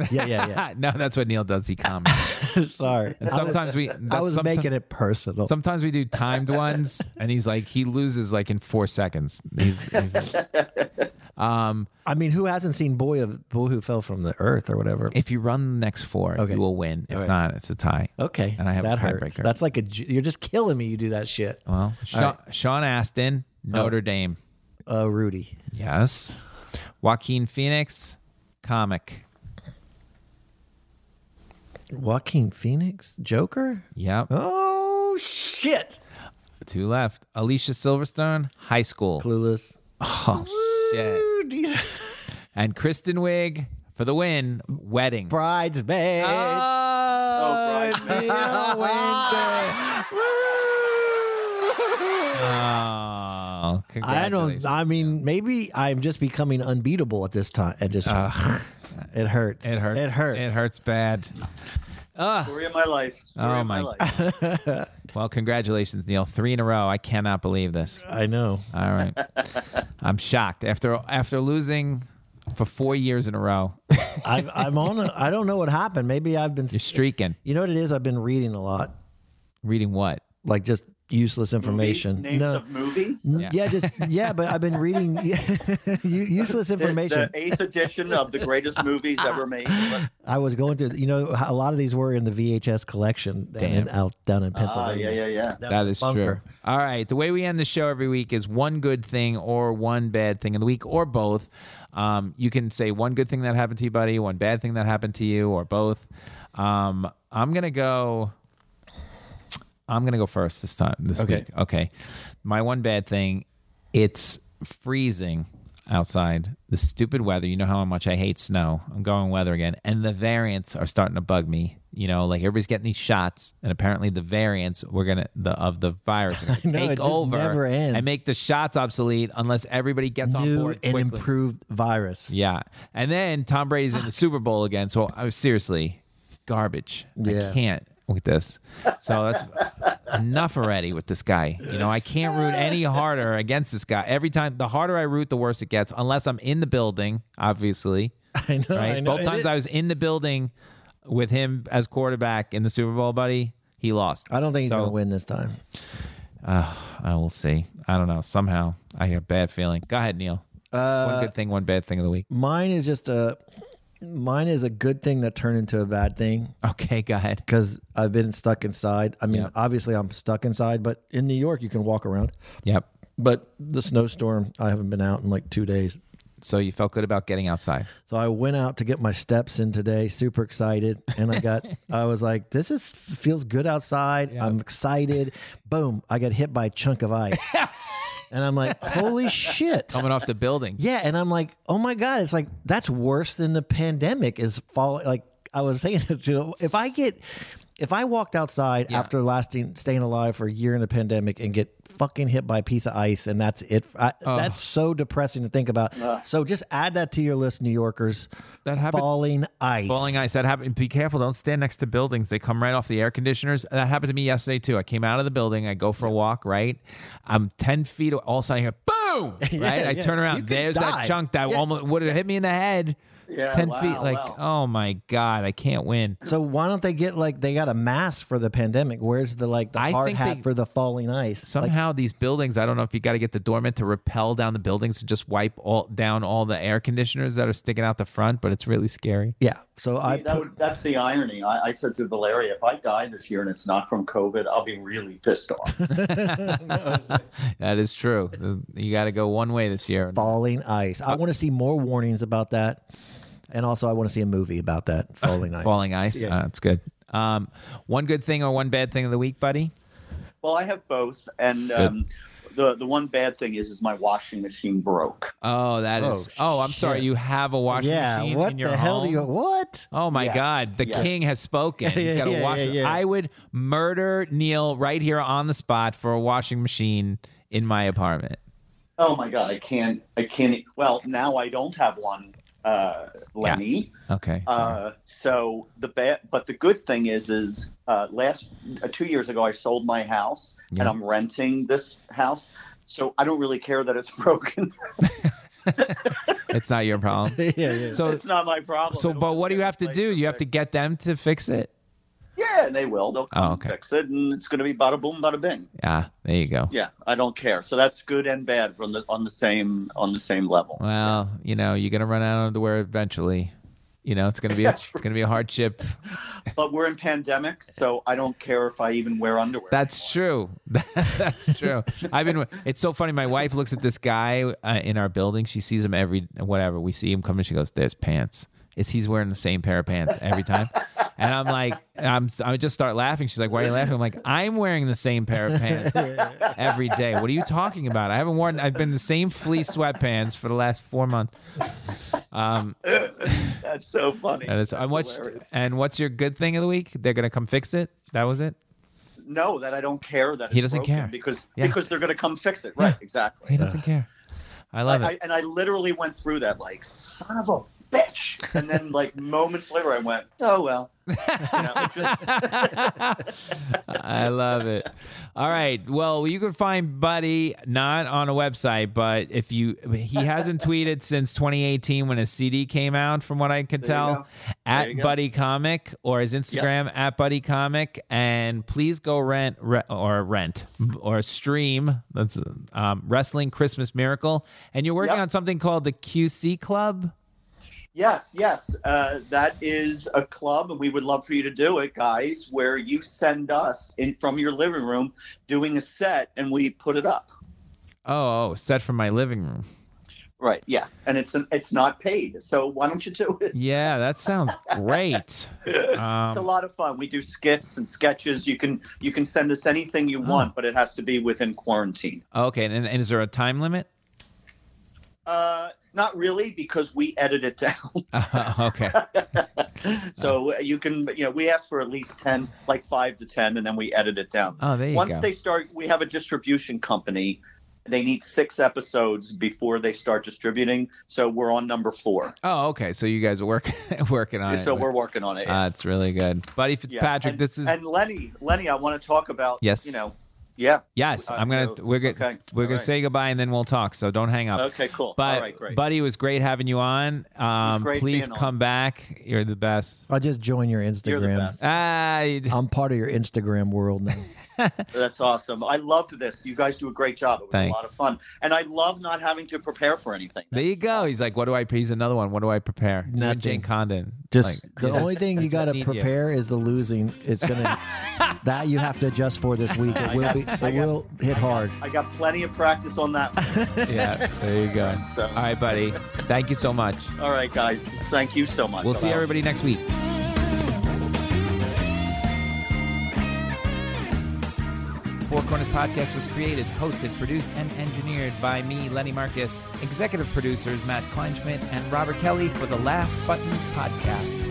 Speaker 9: Yeah, yeah,
Speaker 8: Ah, no, that's what Neil does. He comments.
Speaker 9: yeah. Sorry.
Speaker 8: And sometimes we. that's
Speaker 9: I was
Speaker 8: someti-
Speaker 9: making it personal.
Speaker 8: Sometimes we do timed ones, and he's like, he loses like in four seconds. He's, he's
Speaker 9: I mean, who hasn't seen Boy of Boy Who Fell from the Earth or whatever?
Speaker 8: If you run the next four,
Speaker 9: Okay.
Speaker 8: you will win. If
Speaker 9: right.
Speaker 8: not, it's a tie.
Speaker 9: Okay,
Speaker 8: And I have
Speaker 9: that
Speaker 8: a
Speaker 9: hurts.
Speaker 8: tiebreaker.
Speaker 9: That's like a j- you're just killing me. You do that shit.
Speaker 8: Well, Sha- Sean Astin,
Speaker 9: Oh.
Speaker 8: Notre Dame.
Speaker 9: Uh, Rudy.
Speaker 8: Yes. Joaquin Phoenix, comic.
Speaker 9: Joaquin Phoenix, Joker.
Speaker 8: Yep.
Speaker 9: Oh shit!
Speaker 8: Two left. Alicia Silverstone, high school.
Speaker 9: Clueless.
Speaker 8: Oh, shit.
Speaker 9: Dude, these
Speaker 8: And Kristen Wiig for the win, wedding.
Speaker 9: bridesmaids.
Speaker 8: Ah! Oh,
Speaker 10: Oh, Bridesmaid.
Speaker 8: Neil wins it. Oh,
Speaker 9: I don't.
Speaker 8: congratulations.
Speaker 9: I mean, maybe I'm just becoming unbeatable at this time. At this time, it hurts.
Speaker 8: It hurts.
Speaker 9: It hurts.
Speaker 8: It hurts bad.
Speaker 10: Story of my life. Story
Speaker 8: Ah. Oh
Speaker 10: of my,
Speaker 8: my
Speaker 10: life.
Speaker 8: Well, congratulations, Neil. Three in a row. I cannot believe this.
Speaker 9: I know.
Speaker 8: All right. I'm shocked. After after losing for four years in a row,
Speaker 9: I, I'm on. A, I don't know what happened. Maybe I've been.
Speaker 8: you're streaking.
Speaker 9: You know what it is? I've been reading a lot,
Speaker 8: Reading what?
Speaker 9: like just useless information.
Speaker 10: Movies, names
Speaker 9: no.
Speaker 10: of movies.
Speaker 9: yeah. just yeah, but I've been reading u- useless
Speaker 10: The, the
Speaker 9: information.
Speaker 10: eighth edition of the greatest movies ever made.
Speaker 9: I was going through. You know, a lot of these were in the VHS collection down in,
Speaker 8: Damn.
Speaker 9: out down in
Speaker 10: Ah,
Speaker 9: Pennsylvania.
Speaker 10: yeah, yeah, yeah.
Speaker 8: That is
Speaker 9: bunker.
Speaker 8: true. All right. The way we end the show every week is one good thing or one bad thing of the week or both. Um, you can say one good thing that happened to you, buddy, one bad thing that happened to you, or both. Um, I'm gonna go. I'm gonna go first this time this
Speaker 9: Okay.
Speaker 8: week. Okay. My one bad thing, it's freezing outside. The stupid weather. You know how much I hate snow. I'm going weather again. And the variants are starting to bug me. You know, like everybody's getting these shots, and apparently the variants we're gonna the of the virus are gonna
Speaker 9: know, it
Speaker 8: take
Speaker 9: just
Speaker 8: over
Speaker 9: never ends.
Speaker 8: and make the shots obsolete unless everybody gets on
Speaker 9: New
Speaker 8: board
Speaker 9: and
Speaker 8: quickly.
Speaker 9: improved virus.
Speaker 8: Yeah. And then Tom Brady's in the Super Bowl again. So I was seriously garbage.
Speaker 9: Yeah.
Speaker 8: I can't with this. So that's enough already with this guy. You know, I can't root any harder against this guy. Every time the harder I root, the worse it gets, unless I'm in the building, obviously.
Speaker 9: I know.
Speaker 8: Right.
Speaker 9: I know.
Speaker 8: Both
Speaker 9: And
Speaker 8: times
Speaker 9: it-
Speaker 8: I was in the building with him as quarterback in the Super Bowl, buddy. He lost.
Speaker 9: I don't think he's
Speaker 8: So-
Speaker 9: gonna win this time.
Speaker 8: I will see. I don't know. Somehow I have a bad feeling. Go ahead, Neil.
Speaker 9: Uh,
Speaker 8: one good thing, one bad thing of the week.
Speaker 9: Mine is just a. Mine is a good thing that turned into a bad thing
Speaker 8: Okay, go ahead.
Speaker 9: because I've been stuck inside. I mean,
Speaker 8: Yeah.
Speaker 9: obviously I'm stuck inside, but in New York you can walk around.
Speaker 8: Yep.
Speaker 9: But the snowstorm, I haven't been out in like two days.
Speaker 8: So you felt good about getting outside.
Speaker 9: So I went out to get my steps in today, super excited. And I got, I was like, this is feels good outside. I'm excited. Boom. I got hit by a chunk of ice. and I'm like, holy shit.
Speaker 8: coming off the building.
Speaker 9: Yeah. And I'm like, oh my God. It's like, that's worse than the pandemic is falling. Like I was saying it to, if I get, if I walked outside after lasting, staying alive for a year in a pandemic and get fucking hit by a piece of ice, and that's it. I,
Speaker 8: Oh.
Speaker 9: That's so depressing to think about.
Speaker 10: Ugh.
Speaker 9: So just add that to your list, New Yorkers.
Speaker 8: That happens-
Speaker 9: Falling ice.
Speaker 8: Falling ice. That happened. Be careful. Don't stand next to buildings. They come right off the air conditioners. That happened to me yesterday too. I came out of the building. I go for a walk. Right. I'm ten feet. away. All of a sudden, I hear boom. Right. I
Speaker 9: yeah.
Speaker 8: turn
Speaker 9: You
Speaker 8: around.
Speaker 9: could
Speaker 8: There's
Speaker 9: die.
Speaker 8: that chunk that almost would have hit me in the head.
Speaker 10: Yeah,
Speaker 8: ten
Speaker 10: wow,
Speaker 8: feet. Like,
Speaker 10: wow.
Speaker 8: oh my god, I can't win.
Speaker 9: So why don't they get like they got a mask for the pandemic? Where's the like the
Speaker 8: I
Speaker 9: hard
Speaker 8: think
Speaker 9: hat
Speaker 8: they-
Speaker 9: for the falling ice? Like,
Speaker 8: Somehow these buildings, I don't know if you got to get the doorman to rappel down the buildings to just wipe all down all the air conditioners that are sticking out the front, but it's really scary.
Speaker 9: yeah. So I
Speaker 10: See, that
Speaker 9: put,
Speaker 10: would, that's the irony. I, I said to Valeria, if I die this year and it's not from COVID, I'll be really pissed off.
Speaker 8: that is true. You got to go one way this year.
Speaker 9: falling ice. I want to see more warnings about that, and also I want to see a movie about that falling ice.
Speaker 8: Falling ice.
Speaker 9: Yeah.
Speaker 8: Uh, that's good. Um, one good thing or one bad thing of the week, buddy?
Speaker 10: Well, I have both, and um, the the one bad thing is is my washing machine broke.
Speaker 8: Oh, that
Speaker 9: Oh,
Speaker 8: is. Oh, I'm sorry.
Speaker 9: shit.
Speaker 8: You have a washing
Speaker 9: yeah.
Speaker 8: machine
Speaker 9: What
Speaker 8: in
Speaker 9: the
Speaker 8: your
Speaker 9: hell do
Speaker 8: home?
Speaker 9: you? What?
Speaker 8: Oh my
Speaker 10: Yes,
Speaker 8: God! The
Speaker 10: yes.
Speaker 8: king has spoken.
Speaker 9: Yeah,
Speaker 8: He's got a
Speaker 9: yeah,
Speaker 8: washing.
Speaker 9: yeah, yeah.
Speaker 8: I would murder Neil right here on the spot for a washing machine in my apartment.
Speaker 10: Oh my god, I can't, I can't. e, Well, now I don't have one, uh, Lenny.
Speaker 8: Okay. sorry.
Speaker 10: Uh, so the bad, but the good thing is, is uh, last uh, two years ago I sold my house and
Speaker 8: Yeah.
Speaker 10: I'm renting this house, so I don't really care that it's broken.
Speaker 8: it's not your problem.
Speaker 9: yeah, yeah.
Speaker 8: So,
Speaker 10: it's not my problem.
Speaker 8: so,
Speaker 10: It'll
Speaker 8: but
Speaker 10: just
Speaker 8: what do
Speaker 10: get
Speaker 8: you have to
Speaker 10: replaced
Speaker 8: do?
Speaker 10: and
Speaker 8: You have to
Speaker 10: fixed.
Speaker 8: get them to fix it.
Speaker 10: Yeah, and they will. They'll come
Speaker 8: Oh, okay.
Speaker 10: and fix it, and it's going to be bada boom, bada bing.
Speaker 8: Yeah. Ah, There you go.
Speaker 10: Yeah, I don't care. So that's good and bad from the on the same on the same level.
Speaker 8: Well, you know, you're gonna run out of underwear eventually. You know, it's gonna be a,
Speaker 10: That's
Speaker 8: it's gonna be a hardship.
Speaker 10: But we're in pandemic, so I don't care if I even wear underwear.
Speaker 8: That's true. That's true. I've been. It's so funny. My wife looks at this guy uh, in our building. She sees him every whatever. We see him coming. She goes, "There's pants." It's he's wearing the same pair of pants every time. And I'm like, I'm I just start laughing. She's like, "Why are you laughing?" I'm like, "I'm wearing the same pair of pants every day. What are you talking about? I haven't worn. I've been the same fleece sweatpants for the last four months." Um,
Speaker 10: That's so funny.
Speaker 8: and it's, I
Speaker 10: That's
Speaker 8: watched.
Speaker 10: hilarious.
Speaker 8: And what's your good thing of the week? They're gonna come fix it. That was it.
Speaker 10: No, that I don't care that
Speaker 8: He
Speaker 10: it's
Speaker 8: doesn't
Speaker 10: broken
Speaker 8: care.
Speaker 10: because
Speaker 8: Yeah.
Speaker 10: because they're going to come fix it. Right, exactly.
Speaker 8: He doesn't care. I love it.
Speaker 10: I, I, and I literally went through that like son of a bitch, and then like moments later I went, oh well. You know, it's just-
Speaker 8: I love it. All right. Well, you can find Buddy not on a website, but if you he hasn't tweeted since 2018 when his CD came out, from what I can
Speaker 10: There you
Speaker 8: tell,
Speaker 10: go. There
Speaker 8: at
Speaker 10: you go.
Speaker 8: Buddy Comic or his Instagram at Buddy Comic, and please go rent re, or rent or stream that's um, Wrestling Christmas Miracle, and you're working
Speaker 10: Yep.
Speaker 8: on something called the QC Club.
Speaker 10: Yes, yes. Uh, that is a club, and we would love for you to do it, guys, where you send us in from your living room doing a set and we put it up.
Speaker 8: Oh, oh set from my living room.
Speaker 10: Right. Yeah. And it's an, it's not paid. So why don't you do it?
Speaker 8: Yeah, that sounds great. Um,
Speaker 10: it's a lot of fun. We do skits and sketches. You can you can send us anything
Speaker 8: Oh.
Speaker 10: you want, but it has to be within quarantine.
Speaker 8: Okay, and, and is there a time limit?
Speaker 10: Uh, not really, because we edit it down.
Speaker 8: okay.
Speaker 10: so
Speaker 8: Oh.
Speaker 10: you can you know we ask for at least ten, like five to ten, and then we edit it down.
Speaker 8: Oh, there you
Speaker 10: Once
Speaker 8: go.
Speaker 10: they start, we have a distribution company. They need six episodes before they start distributing. So we're on number four.
Speaker 8: oh, okay. So you guys are work, working on it.
Speaker 10: so we're working on it.
Speaker 8: Uh, it's really good, buddy
Speaker 10: Yes.
Speaker 8: Fitzpatrick.
Speaker 10: And-
Speaker 8: this is
Speaker 10: and Lenny. Lenny, I want to talk about.
Speaker 8: Yes.
Speaker 10: You know. Yeah.
Speaker 8: yes.
Speaker 10: uh,
Speaker 8: I'm gonna
Speaker 10: so-
Speaker 8: we're gonna
Speaker 10: okay,
Speaker 8: we're gonna
Speaker 10: alright.
Speaker 8: say goodbye and then we'll talk. So don't hang up.
Speaker 10: Okay. Cool.
Speaker 8: But
Speaker 10: All right. Great.
Speaker 8: buddy, it was great having you on. Um,
Speaker 10: great
Speaker 8: please
Speaker 10: being on.
Speaker 8: come back. You're the best.
Speaker 9: I'll just join your
Speaker 10: You're the
Speaker 9: Instagram.
Speaker 10: best.
Speaker 8: Ah, you d-
Speaker 9: I'm part of your Instagram world now.
Speaker 10: That's awesome. I loved this. You guys do a great job. It was a lot of
Speaker 8: Thanks.
Speaker 10: fun, and I love not having to prepare for anything.
Speaker 8: there you go. He's like, what do I? He's another one. What do I prepare? You and
Speaker 9: Nothing.
Speaker 8: Jane Condon.
Speaker 9: Just
Speaker 8: Like,
Speaker 9: the
Speaker 8: I
Speaker 9: only
Speaker 8: just-
Speaker 9: thing
Speaker 8: I
Speaker 9: you
Speaker 8: just
Speaker 9: got to
Speaker 8: need
Speaker 9: prepare is the losing. It's gonna that you have to adjust for this week. It will be. It
Speaker 10: I got-
Speaker 9: will hit hard.
Speaker 10: I got plenty of practice on that. one,
Speaker 8: Yeah, there you go.
Speaker 10: so,
Speaker 8: All right, buddy. Thank you so much.
Speaker 10: all right, guys. Thank you so much.
Speaker 8: We'll see
Speaker 10: Bye.
Speaker 8: everybody next week. Four Corners Podcast was created, hosted, produced, and engineered by me, Lenny Marcus. Executive producers Matt Kleinschmidt and Robert Kelly for the Laugh Button Podcast.